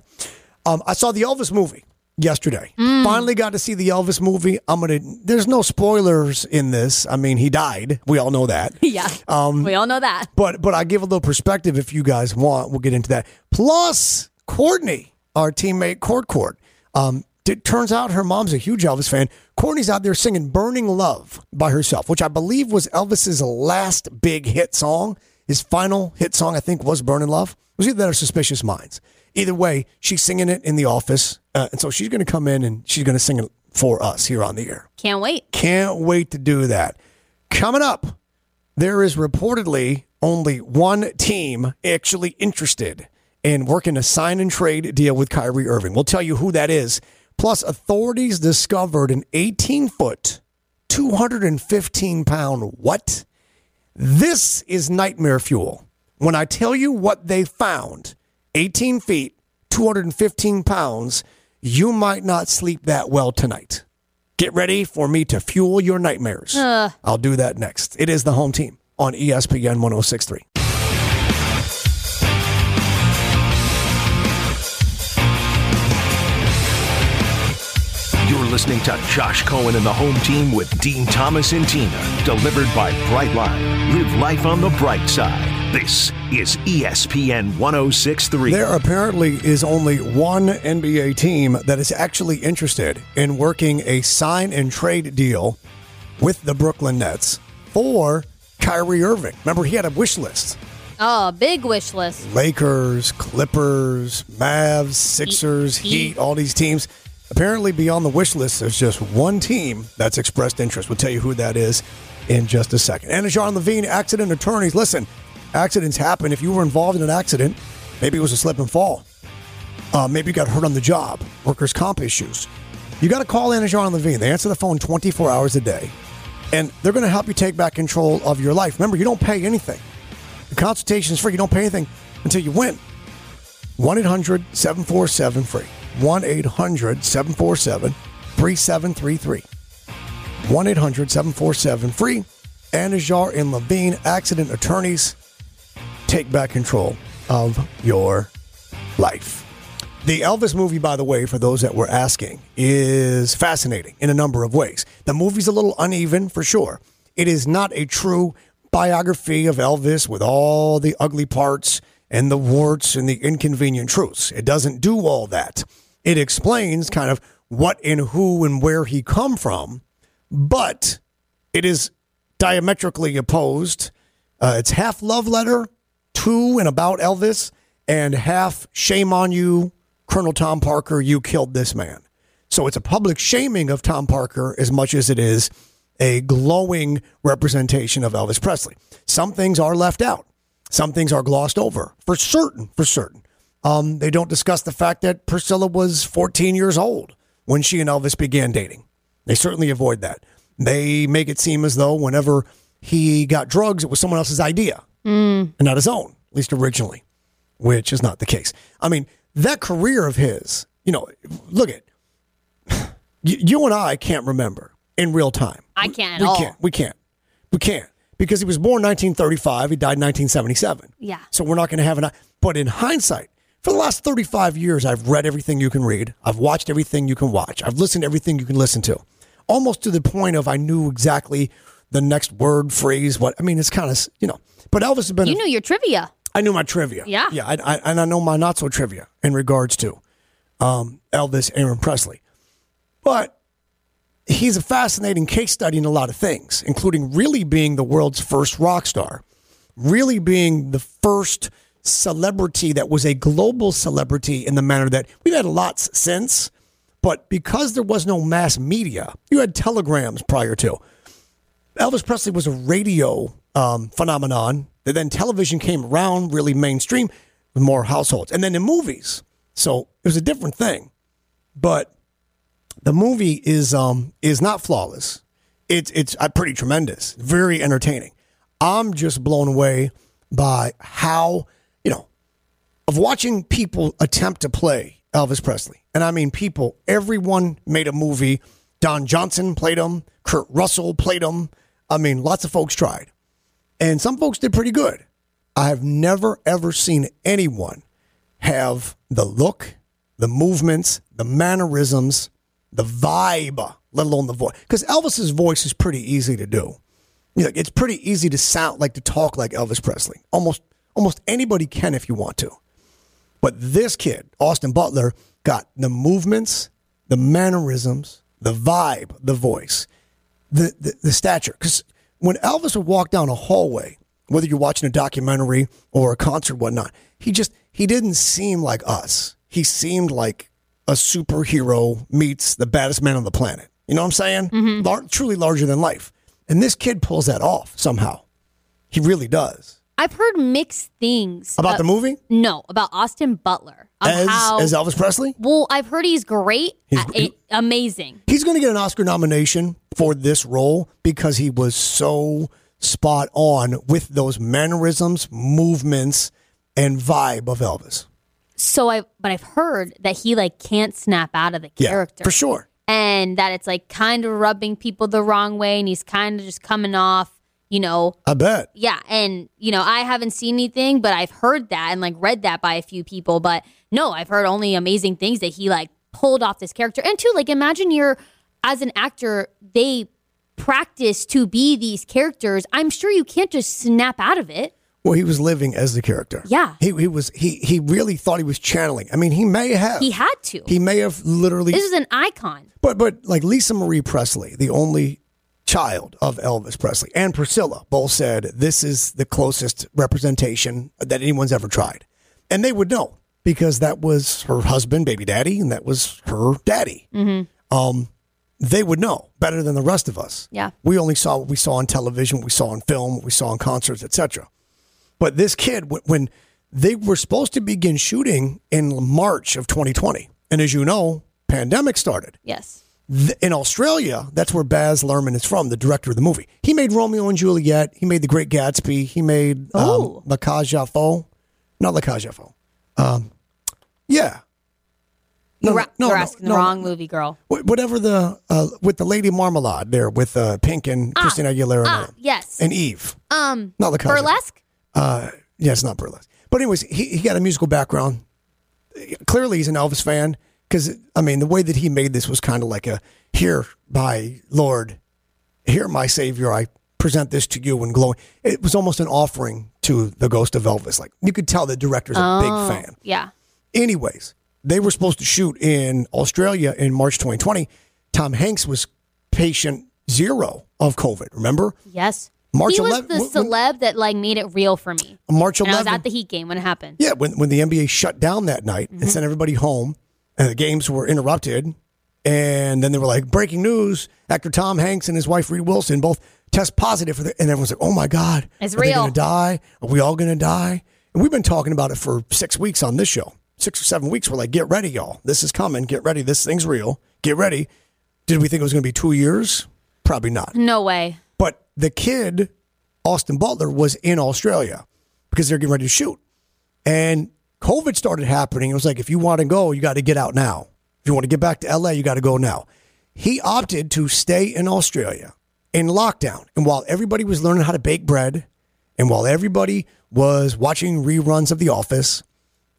Speaker 4: Um, I saw the Elvis movie yesterday.
Speaker 5: Mm.
Speaker 4: Finally got to see the Elvis movie. I'm gonna. There's no spoilers in this. I mean, he died. We all know that.
Speaker 5: *laughs* Yeah.
Speaker 4: Um,
Speaker 5: we all know that.
Speaker 4: But but I give a little perspective if you guys want. We'll get into that. Plus, Courtney, our teammate Court Court, um, it turns out her mom's a huge Elvis fan. Courtney's out there singing "Burning Love" by herself, which I believe was Elvis's last big hit song. His final hit song, I think, was Burning Love. It was either that or Suspicious Minds. Either way, she's singing it in the office. Uh, and so she's going to come in and she's going to sing it for us here on the air.
Speaker 5: Can't wait.
Speaker 4: Can't wait to do that. Coming up, there is reportedly only one team actually interested in working a sign and trade deal with Kyrie Irving. We'll tell you who that is. Plus, authorities discovered an 18 foot, 215 pound what? This is nightmare fuel. When I tell you what they found 18 feet, 215 pounds, you might not sleep that well tonight. Get ready for me to fuel your nightmares. I'll do that next. It is the home team on E ESPN 1063.
Speaker 3: You're listening to Josh Cohen and the home team with Dean Thomas and Tina, delivered by Brightline. Live life on the bright side. This is E ESPN 1063.
Speaker 4: There apparently is only one NBA team that is actually interested in working a sign and trade deal with the Brooklyn Nets for Kyrie Irving. Remember, he had a wish list
Speaker 5: Oh, big wish list.
Speaker 4: Lakers, Clippers, Mavs, Sixers,
Speaker 5: Heat.
Speaker 4: Heat, all these teams. Apparently, beyond the wish list, there's just one team that's expressed interest. We'll tell you who that is in just a second. And John Levine, accident attorneys. Listen, accidents happen. If you were involved in an accident, maybe it was a slip and fall, uh, maybe you got hurt on the job, workers' comp issues. You got to call in John Levine. They answer the phone 24 hours a day, and they're going to help you take back control of your life. Remember, you don't pay anything. The consultation is free. You don't pay anything until you win. 1 800 747 free. 1 800 747 3733. 1 800 747 free. Anajar and Levine, accident attorneys, take back control of your life. The Elvis movie, by the way, for those that were asking, is fascinating in a number of ways. The movie's a little uneven for sure. It is not a true biography of Elvis with all the ugly parts and the warts and the inconvenient truths. It doesn't do all that. It explains kind of what and who and where he come from, but it is diametrically opposed. Uh, it's half love letter to and about Elvis, and half shame on you, Colonel Tom Parker, you killed this man. So it's a public shaming of Tom Parker as much as it is a glowing representation of Elvis Presley. Some things are left out, some things are glossed over for certain, for certain. Um, they don't discuss the fact that Priscilla was 14 years old when she and Elvis began dating. They certainly avoid that. They make it seem as though whenever he got drugs, it was someone else's idea and not his own, at least originally, which is not the case. I mean, that career of his, you know, look at *sighs* you, you and I can't remember in real time.
Speaker 5: I can't at
Speaker 4: we
Speaker 5: all.
Speaker 4: can't. We can't. We can't because he was born 1935. He died 1977.
Speaker 5: Yeah.
Speaker 4: So we're not going to have an. But in hindsight, for the last 35 years, I've read everything you can read. I've watched everything you can watch. I've listened to everything you can listen to, almost to the point of I knew exactly the next word, phrase, what. I mean, it's kind of you know. But Elvis has been. a-
Speaker 5: You knew your trivia.
Speaker 4: I knew my trivia.
Speaker 5: Yeah.
Speaker 4: Yeah. I, I, and I know my not so trivia in regards to um, Elvis Aaron Presley. But he's a fascinating case study in a lot of things, including really being the world's first rock star, really being the first celebrity that was a global celebrity in the manner that we've had lots since. But because there was no mass media, you had telegrams prior to. Elvis Presley was a radio um, phenomenon. And then television came around, really mainstream, with more households, and then in movies. So it was a different thing. But the movie is um, is not flawless. It's it's uh, pretty tremendous, very entertaining. I'm just blown away by how you know of watching people attempt to play Elvis Presley, and I mean people, everyone made a movie. Don Johnson played him, Kurt Russell played him. I mean, lots of folks tried, and some folks did pretty good. I have never ever seen anyone have the look, the movements, the mannerisms, the vibe, let alone the voice. Because Elvis's voice is pretty easy to do. You know, it's pretty easy to sound like to talk like Elvis Presley. Almost almost anybody can if you want to. But this kid, Austin Butler, got the movements, the mannerisms, the vibe, the voice, the the, the stature. Because when Elvis would walk down a hallway, whether you're watching a documentary or a concert, whatnot. He just he didn't seem like us. He seemed like a superhero meets the baddest man on the planet. You know what I'm saying?
Speaker 5: Mm-hmm.
Speaker 4: Lar- truly larger than life. And this kid pulls that off somehow. He really does.
Speaker 5: I've heard mixed things
Speaker 4: About
Speaker 5: uh,
Speaker 4: the movie
Speaker 5: No, about Austin Butler. Of
Speaker 4: as
Speaker 5: how,
Speaker 4: as Elvis Presley.
Speaker 5: well, I've heard he's great,
Speaker 4: He's-
Speaker 5: uh, it- amazing.
Speaker 4: he's going to get an Oscar nomination for this role because he was so spot on with those mannerisms, movements, and vibe of Elvis.
Speaker 5: So I, but I've heard that he like can't snap out of the
Speaker 4: Yeah,
Speaker 5: character
Speaker 4: for sure.
Speaker 5: and that it's like kind of rubbing people the wrong way, and he's kind of just coming off, you know,
Speaker 4: I bet.
Speaker 5: yeah. And you know, I haven't seen anything, but I've heard that and like read that by a few people. But no, I've heard only amazing things that he like pulled off this character. And too, like imagine you're as an actor, they practice to be these characters. I'm sure you can't just snap out of it.
Speaker 4: Well, he was living as the character.
Speaker 5: Yeah.
Speaker 4: he he was he he really thought he was channeling. I mean, he may have
Speaker 5: He had to.
Speaker 4: he may have literally
Speaker 5: this is an icon.
Speaker 4: But but like Lisa Marie Presley, the only child of Elvis Presley, and Priscilla both said this is the closest representation that anyone's ever tried, and they would know because that was her husband, baby daddy, and that was her daddy. Um, they would know better than the rest of us.
Speaker 5: Yeah.
Speaker 4: we only saw what we saw on television, what we saw on film, what we saw in concerts, etc. But this kid, when, when they were supposed to begin shooting in March of 2020, and as you know, pandemic started
Speaker 5: Yes.
Speaker 4: th- in Australia, that's where Baz Luhrmann is from, the director of the movie. He made Romeo and Juliet. He made The Great Gatsby. He made um,
Speaker 5: Oh.
Speaker 4: La Cage aux Folles. Not La Cage aux Folles. Um, yeah. No,
Speaker 5: you're
Speaker 4: no,
Speaker 5: you're
Speaker 4: no,
Speaker 5: asking
Speaker 4: no,
Speaker 5: the wrong movie, girl.
Speaker 4: wh- Whatever the, uh, with the Lady Marmalade there with uh, Pink and Christina Aguilera and
Speaker 5: Ah,
Speaker 4: all.
Speaker 5: yes.
Speaker 4: and Eve.
Speaker 5: um,
Speaker 4: Not La Cage aux Folles.
Speaker 5: burlesque.
Speaker 4: Uh, yeah, it's not burlesque. But anyways, he, he got a musical background. Clearly, he's an Elvis fan because I mean, the way that he made this was kind of like a "Here, my Lord, here, my Savior, I present this to you in glory." It was almost an offering to the ghost of Elvis. Like you could tell, the director's a
Speaker 5: Oh,
Speaker 4: big fan.
Speaker 5: Yeah.
Speaker 4: Anyways, they were supposed to shoot in Australia in March 2020. Tom Hanks was patient zero of COVID. Remember,
Speaker 5: Yes.
Speaker 4: March
Speaker 5: he was
Speaker 4: 11
Speaker 5: the
Speaker 4: when- when-
Speaker 5: celeb that like made it real for me.
Speaker 4: March 11th.
Speaker 5: And I was at the Heat game when it happened.
Speaker 4: Yeah, when when the NBA shut down that night
Speaker 5: Mm-hmm.
Speaker 4: and sent everybody home, and the games were interrupted, and then they were like, "Breaking news: Actor Tom Hanks and his wife Reed Wilson both test positive for the." And everyone's like, "Oh my god,
Speaker 5: It's
Speaker 4: are they
Speaker 5: real.
Speaker 4: gonna die? Are we all gonna die?" And we've been talking about it for six weeks on this show, six or seven weeks. We're like, "Get ready, y'all! This is coming. Get ready. This thing's real. Get ready." Did we think it was gonna be two years? Probably not.
Speaker 5: No way.
Speaker 4: But the kid, Austin Butler, was in Australia because they're getting ready to shoot. And COVID started happening. It was like, if you want to go, you got to get out now. If you want to get back to LA, you got to go now. He opted to stay in Australia in lockdown. And while everybody was learning how to bake bread, and while everybody was watching reruns of The Office,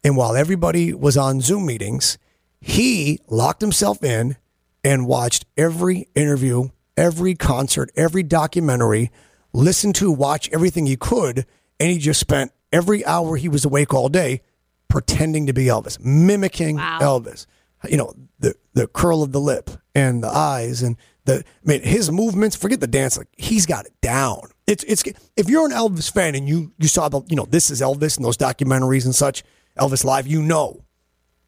Speaker 4: and while everybody was on Zoom meetings, he locked himself in and watched every interview, every concert, every documentary, listened to, watch everything he could. And he just spent every hour he was awake all day pretending to be Elvis, mimicking Elvis. You know, the, the curl of the lip and the eyes and the, I mean, his movements, forget the dance. Like he's got it down. It's, it's, if you're an Elvis fan and you, you saw the, you know, this is Elvis and those documentaries and such, Elvis live, you know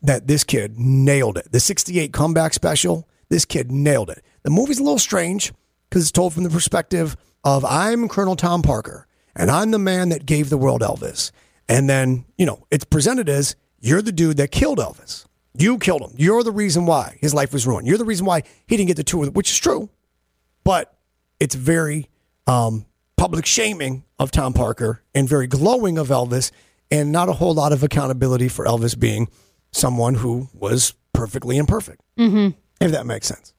Speaker 4: that this kid nailed it. The 68 comeback special, this kid nailed it. The movie's a little strange because it's told from the perspective of I'm Colonel Tom Parker and I'm the man that gave the world Elvis. And then, you know, it's presented as you're the dude that killed Elvis. You killed him. You're the reason why his life was ruined. You're the reason why he didn't get the tour, which is true, but it's very um, public shaming of Tom Parker and very glowing of Elvis, and not a whole lot of accountability for Elvis being someone who was perfectly imperfect, mm-hmm. if that makes sense.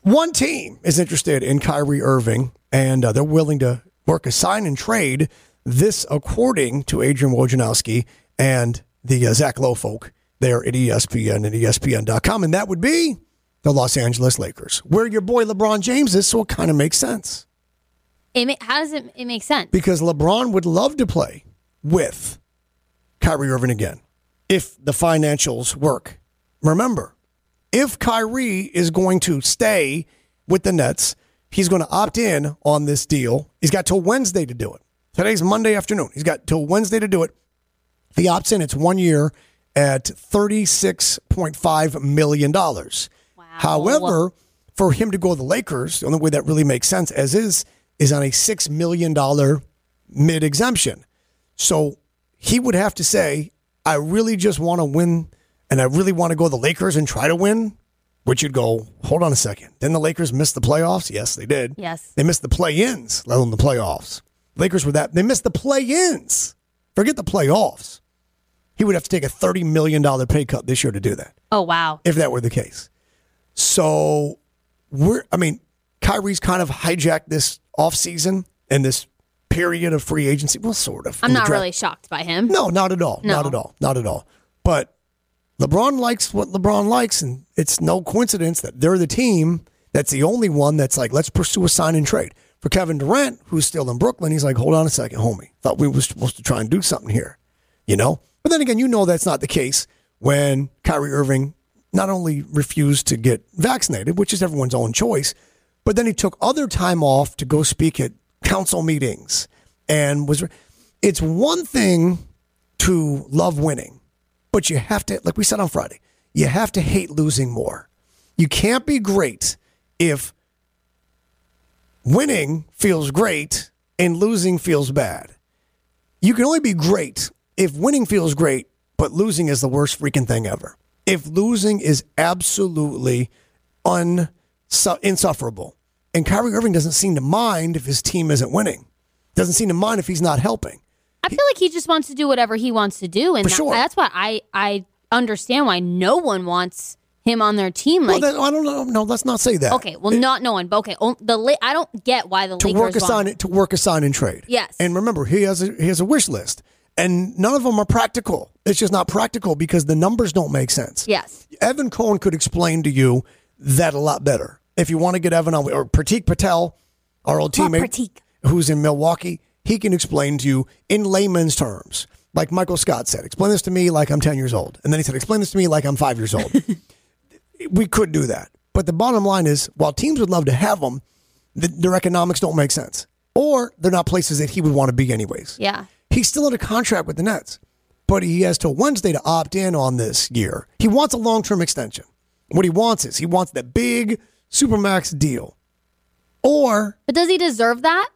Speaker 4: One team is interested in Kyrie Irving, and uh, they're willing to work a sign and trade. This, according to Adrian Wojnarowski and the uh, Zach Lowe folk there at E ESPN and ESPN.com, and that would be the Los Angeles Lakers, where your boy LeBron James is, so it kind of makes sense
Speaker 5: It ma- how does it, it make sense?
Speaker 4: because LeBron would love to play with Kyrie Irving again if the financials work. Remember, if Kyrie is going to stay with the Nets, he's going to opt in on this deal. He's got till Wednesday to do it. Today's Monday afternoon. He's got till Wednesday to do it. If he opts in, it's one year at $36.5 million. However, for him to go to the Lakers, the only way that really makes sense as is, is on a $6 million mid exemption. So he would have to say, I really just want to win and I really want to go to the Lakers and try to win, which you'd go, hold on a second. Then the Lakers missed the playoffs? Yes, they did.
Speaker 5: Yes.
Speaker 4: They missed the play ins, let alone the playoffs. Lakers were that. They missed the play ins. Forget the playoffs. He would have to take a $30 million pay cut this year to do that
Speaker 5: Oh wow.
Speaker 4: if that were the case. So we're I mean, Kyrie's kind of hijacked this offseason and this period of free agency. Well, sort of.
Speaker 5: I'm
Speaker 4: In the
Speaker 5: not
Speaker 4: draft.
Speaker 5: really shocked by him.
Speaker 4: No, not at all.
Speaker 5: No.
Speaker 4: Not at all. Not at all. But LeBron likes what LeBron likes, and it's no coincidence that they're the team that's the only one that's like, let's pursue a sign and trade. For Kevin Durant, who's still in Brooklyn, he's like, hold on a second, homie. Thought we were supposed to try and do something here, you know? But then again, you know that's not the case when Kyrie Irving not only refused to get vaccinated, which is everyone's own choice, but then he took other time off to go speak at council meetings and was. It's one thing to love winning, but you have to, like we said on Friday, you have to hate losing more. You can't be great if winning feels great and losing feels bad. You can only be great if winning feels great, but losing is the worst freaking thing ever. If losing is absolutely un- su- insufferable. And Kyrie Irving doesn't seem to mind if his team isn't winning. Doesn't seem to mind if he's not helping.
Speaker 5: I feel like he just wants to do whatever he wants to do, and
Speaker 4: For
Speaker 5: that-
Speaker 4: sure.
Speaker 5: that's why I I understand why no one wants him on their team. Like,
Speaker 4: well, then, I don't know. No, let's not say that.
Speaker 5: okay, well, not no one, but okay, oh, the La- I don't get why the
Speaker 4: to
Speaker 5: Lakers
Speaker 4: work a
Speaker 5: want-
Speaker 4: sign to work a sign and trade.
Speaker 5: Yes.
Speaker 4: And remember, he has a, he has a wish list, and none of them are practical. It's just not practical because the numbers don't make sense.
Speaker 5: Yes,
Speaker 4: Evan Cohen could explain to you that a lot better. If you want to get Evan on, or Pratik Patel, our old
Speaker 5: Love
Speaker 4: teammate,
Speaker 5: Pratik.
Speaker 4: who's in Milwaukee, he can explain to you in layman's terms. Like Michael Scott said, explain this to me like I'm 10 years old. And then he said, explain this to me like I'm five years old. we could do that. But the bottom line is, while teams would love to have him, th- their economics don't make sense. Or they're not places that he would want to be, anyways.
Speaker 5: yeah,
Speaker 4: He's still under contract with the Nets, but he has till Wednesday to opt in on this year. He wants a long term extension. What he wants is he wants that big Supermax deal. Or
Speaker 5: but does he deserve that?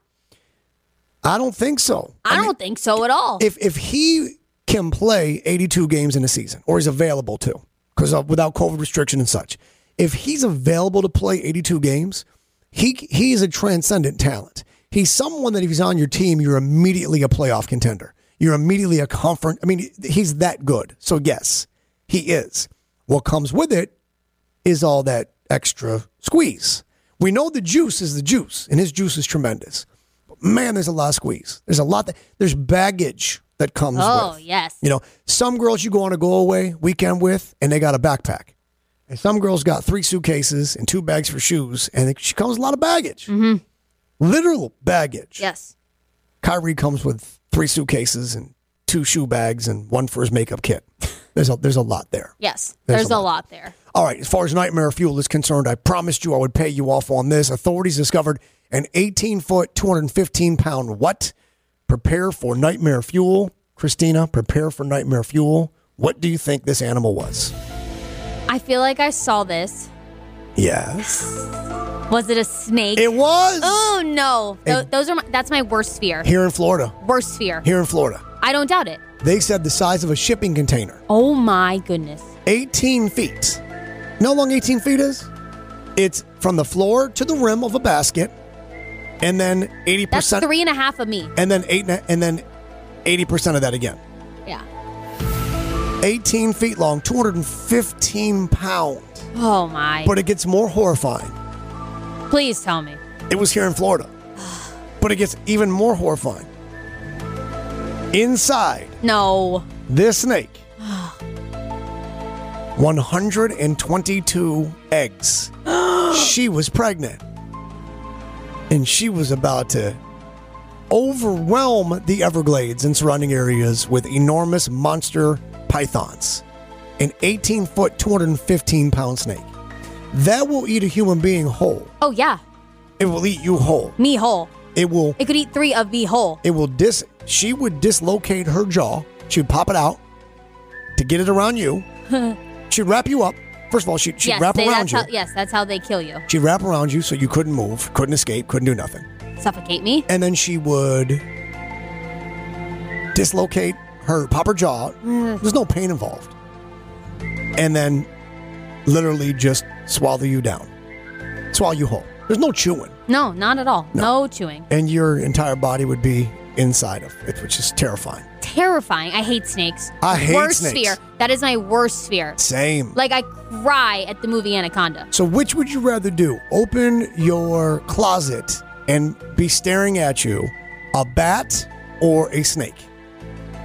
Speaker 4: I don't think so.
Speaker 5: I, don't think so at all.
Speaker 4: If if he can play 82 games in a season, or he's available to, because without COVID restriction and such, if he's available to play 82 games, he he is a transcendent talent. He's someone that if he's on your team, you're immediately a playoff contender. You're immediately a conference. I mean, he's that good. So yes, he is. What comes with it is all that extra squeeze. We know the juice is the juice, and his juice is tremendous. But man, there's a lot of squeeze. There's a lot that there's baggage that comes
Speaker 5: oh
Speaker 4: with.
Speaker 5: yes,
Speaker 4: You know, some girls you go on a go away weekend with, and they got a backpack. And some girls got three suitcases and two bags for shoes, and it, she comes with a lot of baggage. Literal baggage.
Speaker 5: yes,
Speaker 4: Kyrie comes with three suitcases and two shoe bags and one for his makeup kit. *laughs* There's a there's a lot there.
Speaker 5: yes.
Speaker 4: There's
Speaker 5: There's,
Speaker 4: a
Speaker 5: a, lot there.
Speaker 4: All right, as far as nightmare fuel is concerned, I promised you I would pay you off on this. Authorities discovered an 18 foot, 215 pound what? Prepare for nightmare fuel. Christina, prepare for nightmare fuel. What do you think this animal was?
Speaker 5: I feel like I saw this.
Speaker 4: Yes.
Speaker 5: Was it a snake?
Speaker 4: It was
Speaker 5: oh no, Tho- those are my, that's my worst fear.
Speaker 4: here in Florida.
Speaker 5: Worst fear.
Speaker 4: Here in Florida.
Speaker 5: I don't doubt it.
Speaker 4: They said the size of a shipping container.
Speaker 5: Oh my goodness.
Speaker 4: 18 feet. You know how long 18 feet is? It's from the floor to the rim of a basket, and then 80%.
Speaker 5: That's three and a half of me.
Speaker 4: and then eight and a- and then 80% of that again.
Speaker 5: Yeah.
Speaker 4: 18 feet long, 215 pounds.
Speaker 5: Oh my.
Speaker 4: But it gets more horrifying.
Speaker 5: Please tell me.
Speaker 4: It was here in Florida. But it gets even more horrifying. Inside
Speaker 5: No.
Speaker 4: this snake, 122 eggs. she was pregnant. And she was about to overwhelm the Everglades and surrounding areas with enormous monster pythons. An 18 foot, 215 pound snake. That will eat a human being whole.
Speaker 5: Oh yeah.
Speaker 4: It will eat you whole.
Speaker 5: Me whole.
Speaker 4: It will
Speaker 5: It could eat three of me whole.
Speaker 4: it will dis she would dislocate her jaw she would pop it out to get it around
Speaker 5: *laughs*
Speaker 4: you she'd wrap you up first of all she'd, she'd
Speaker 5: yes,
Speaker 4: wrap
Speaker 5: they-
Speaker 4: around
Speaker 5: that's
Speaker 4: you
Speaker 5: How, yes, that's how they kill you.
Speaker 4: she'd wrap around you so you couldn't move couldn't escape couldn't do nothing
Speaker 5: Suffocate me.
Speaker 4: and then she would dislocate her pop her jaw
Speaker 5: Mm-hmm.
Speaker 4: there's no pain involved and then literally just swallow you down swallow you whole there's no chewing
Speaker 5: No, not at all. No, chewing.
Speaker 4: and your entire body would be inside of it which is terrifying
Speaker 5: Terrifying. I hate snakes.
Speaker 4: I hate
Speaker 5: worst
Speaker 4: snakes.
Speaker 5: fear. That is my worst fear.
Speaker 4: same
Speaker 5: Like I cry at the movie Anaconda.
Speaker 4: So, which would you rather do? Open your closet and be staring at you a bat or a snake?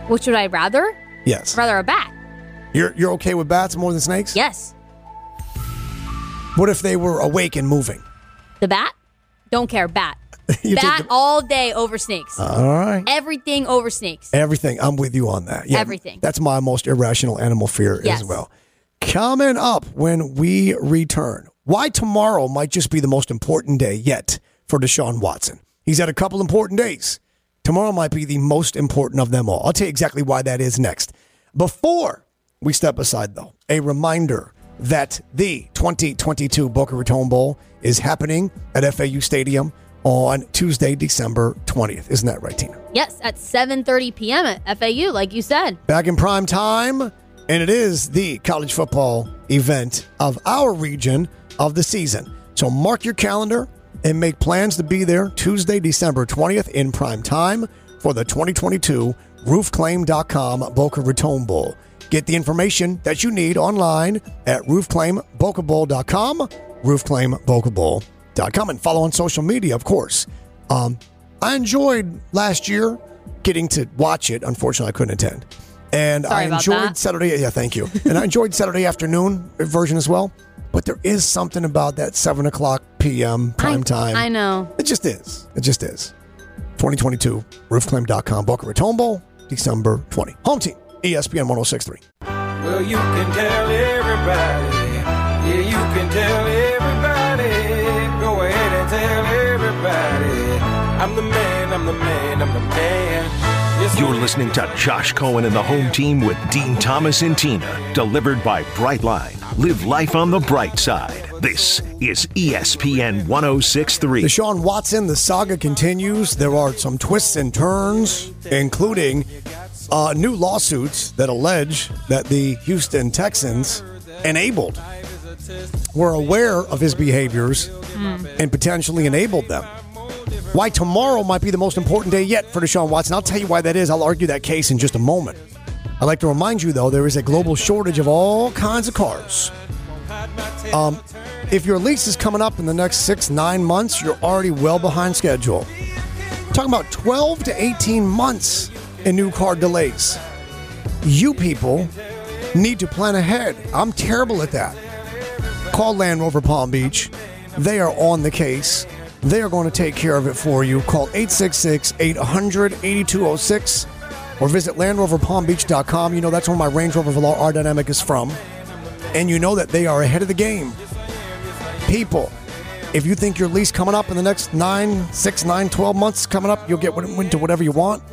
Speaker 5: Which would I rather?
Speaker 4: Yes.
Speaker 5: Rather a bat.
Speaker 4: You're, you're okay with bats more than snakes?
Speaker 5: Yes.
Speaker 4: What if they were awake and moving? *laughs*
Speaker 5: The bat? Don't care. Bat.
Speaker 4: You take
Speaker 5: bat
Speaker 4: the- Uh.
Speaker 5: all day over snakes.
Speaker 4: All right.
Speaker 5: Everything over snakes.
Speaker 4: Everything. I'm with you on that. Yeah,
Speaker 5: Everything.
Speaker 4: That's my most irrational animal fear
Speaker 5: Yes.
Speaker 4: as well. Coming up when we return, why tomorrow might just be the most important day yet for Deshaun Watson. He's had a couple important days. Tomorrow might be the most important of them all. I'll tell you exactly why that is next. Before we step aside, though, a reminder that the 2022 Boca Raton Bowl is happening at FAU Stadium on Tuesday, December 20th. Isn't that right, Tina?
Speaker 5: Yes, at 7:30 p.m. at FAU, like you said.
Speaker 4: back in prime time, and it is the college football event of our region of the season. So mark your calendar and make plans to be there Tuesday, December 20th in prime time for the 2022 roofclaim.com Boca Raton Bowl. Get the information that you need online at roofclaimbocabowl.com, roofclaimbocabowl.com, and follow on social media, of course. Um, I enjoyed last year getting to watch it. Unfortunately, I couldn't attend. And
Speaker 5: Sorry
Speaker 4: I
Speaker 5: about
Speaker 4: enjoyed
Speaker 5: that.
Speaker 4: Saturday. Yeah, thank you.
Speaker 5: *laughs*
Speaker 4: and I enjoyed Saturday afternoon version as well. But there is something about that 7 o'clock p.m. prime
Speaker 5: I,
Speaker 4: time.
Speaker 5: I know.
Speaker 4: It just is. It just is. 2022, roofclaim.com, Boca Raton Bowl, December 20. Home team, E ESPN 1063.
Speaker 6: Well, you can tell everybody. Yeah, you can tell everybody. Go ahead and tell everybody. I'm the man, I'm the man, I'm the man. Yes,
Speaker 3: You're
Speaker 6: I'm-
Speaker 3: listening to Josh Cohen and the home team with Dean Thomas and Tina, delivered by Brightline. Live life on the bright side. This is E ESPN 1063.
Speaker 4: Deshaun Watson, the saga continues. There are some twists and turns, including uh, new lawsuits that allege that the Houston Texans enabled, were aware of his behaviors, and potentially enabled them. Why tomorrow might be the most important day yet for Deshaun Watson. I'll tell you why that is. I'll argue that case in just a moment. I'd like to remind you, though, there is a global shortage of all kinds of cars. Um, if your lease is coming up in the next six, nine months, you're already well behind schedule. Talking about 12 to 18 months in new car delays. You people need to plan ahead. I'm terrible at that. Call Land Rover Palm Beach. They are on the case. They are going to take care of it for you. Call 866 800 8206 or visit LandRoverPalmBeach.com. You know, that's where my Range Rover Velar R Dynamic is from and you know that they are ahead of the game. People, if you think your lease coming up in the next nine, six, nine, 12 months coming up, you'll get what- into whatever you want.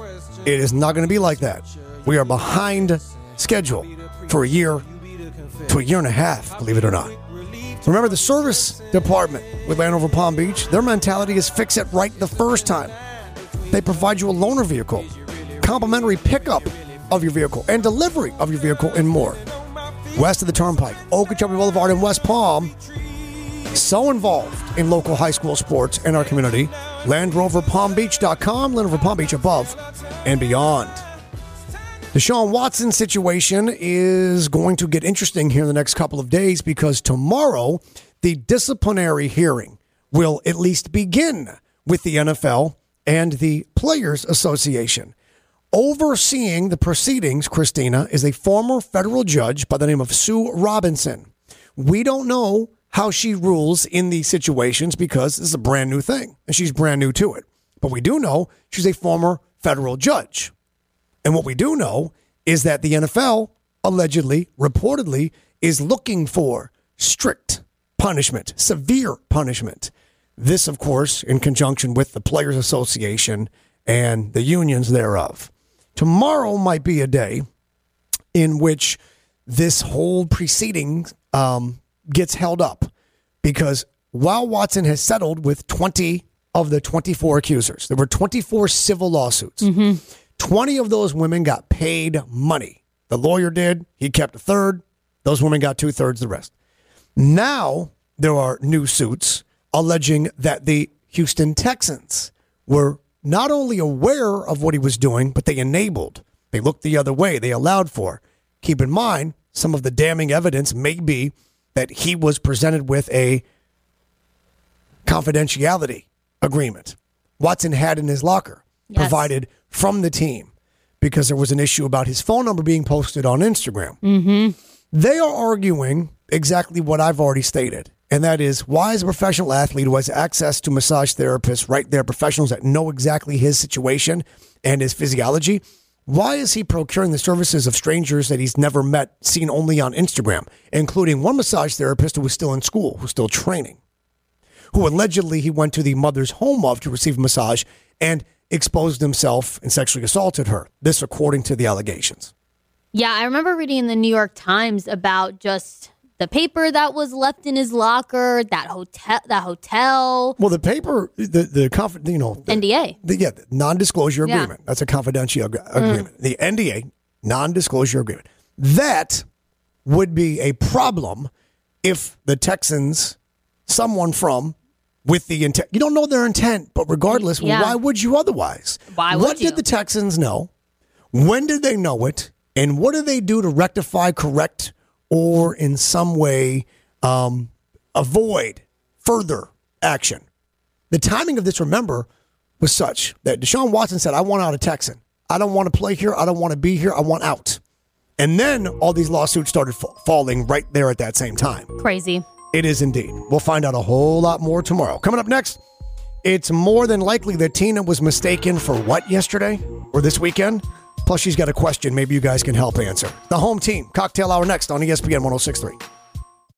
Speaker 4: It is not going to be like that. We are behind schedule for a year to a year and a half, believe it or not. Remember the service department with Landover Palm Beach? Their mentality is fix it right the first time. They provide you a loaner vehicle, complimentary pickup of your vehicle, and delivery of your vehicle, and more west of the Turnpike, Okeechobee Boulevard, and West Palm. So involved in local high school sports in our community. LandRoverPalmBeach.com, Land Rover Palm Beach above and beyond. Deshaun Watson situation is going to get interesting here in the next couple of days because tomorrow the disciplinary hearing will at least begin with the NFL and the Players Association. Overseeing the proceedings, Christina, is a former federal judge by the name of Sue Robinson. We don't know how she rules in these situations because this is a brand new thing and she's brand new to it. But we do know she's a former federal judge. And what we do know is that the NFL allegedly, reportedly, is looking for strict punishment, severe punishment. This, of course, in conjunction with the Players Association and the unions thereof. Tomorrow might be a day in which this whole proceeding um, gets held up because while Watson has settled with 20 of the 24 accusers, there were 24 civil lawsuits. 20 of those women got paid money. The lawyer did, he kept a third. Those women got two thirds, the rest. Now there are new suits alleging that the Houston Texans were not only aware of what he was doing, but they enabled. They looked the other way, they allowed for. Keep in mind, some of the damning evidence may be that he was presented with a confidentiality agreement Watson had in his locker,
Speaker 5: Yes.
Speaker 4: provided from the team, because there was an issue about his phone number being posted on Instagram they are arguing exactly what I've already stated. And that is why is a professional athlete who has access to massage therapists, right there, professionals that know exactly his situation and his physiology, why is he procuring the services of strangers that he's never met, seen only on Instagram, including one massage therapist who was still in school, who's still training, who allegedly he went to the mother's home of to receive a massage and exposed himself and sexually assaulted her. This according to the allegations.
Speaker 5: Yeah, I remember reading in the New York Times about just the paper that was left in his locker, that hotel, that hotel
Speaker 4: Well, the paper, the the conf- you know, the,
Speaker 5: NDA.
Speaker 4: the- yeah, the non-disclosure
Speaker 5: Yeah. Mm.
Speaker 4: agreement. That's a confidential ag- agreement. The NDA, non-disclosure agreement. That would be a problem if the Texans, someone from, with the intent, you don't know their intent, but regardless,
Speaker 5: Yeah.
Speaker 4: why would you otherwise?
Speaker 5: Why would
Speaker 4: what
Speaker 5: you?
Speaker 4: did the Texans know? When did they know it? And what do they do to rectify, correct, or in some way um, avoid further action? The timing of this, remember, was such that Deshaun Watson said, I want out of Texan. I don't want to play here. I don't want to be here. I want out. And then all these lawsuits started fa- falling right there at that same time.
Speaker 5: Crazy.
Speaker 4: It is indeed. We'll find out a whole lot more tomorrow. Coming up next, it's more than likely that Tina was mistaken for what yesterday or this weekend. E oh Plus, she's got a question maybe you guys can help answer. The home team, cocktail hour next on ESPN 1063.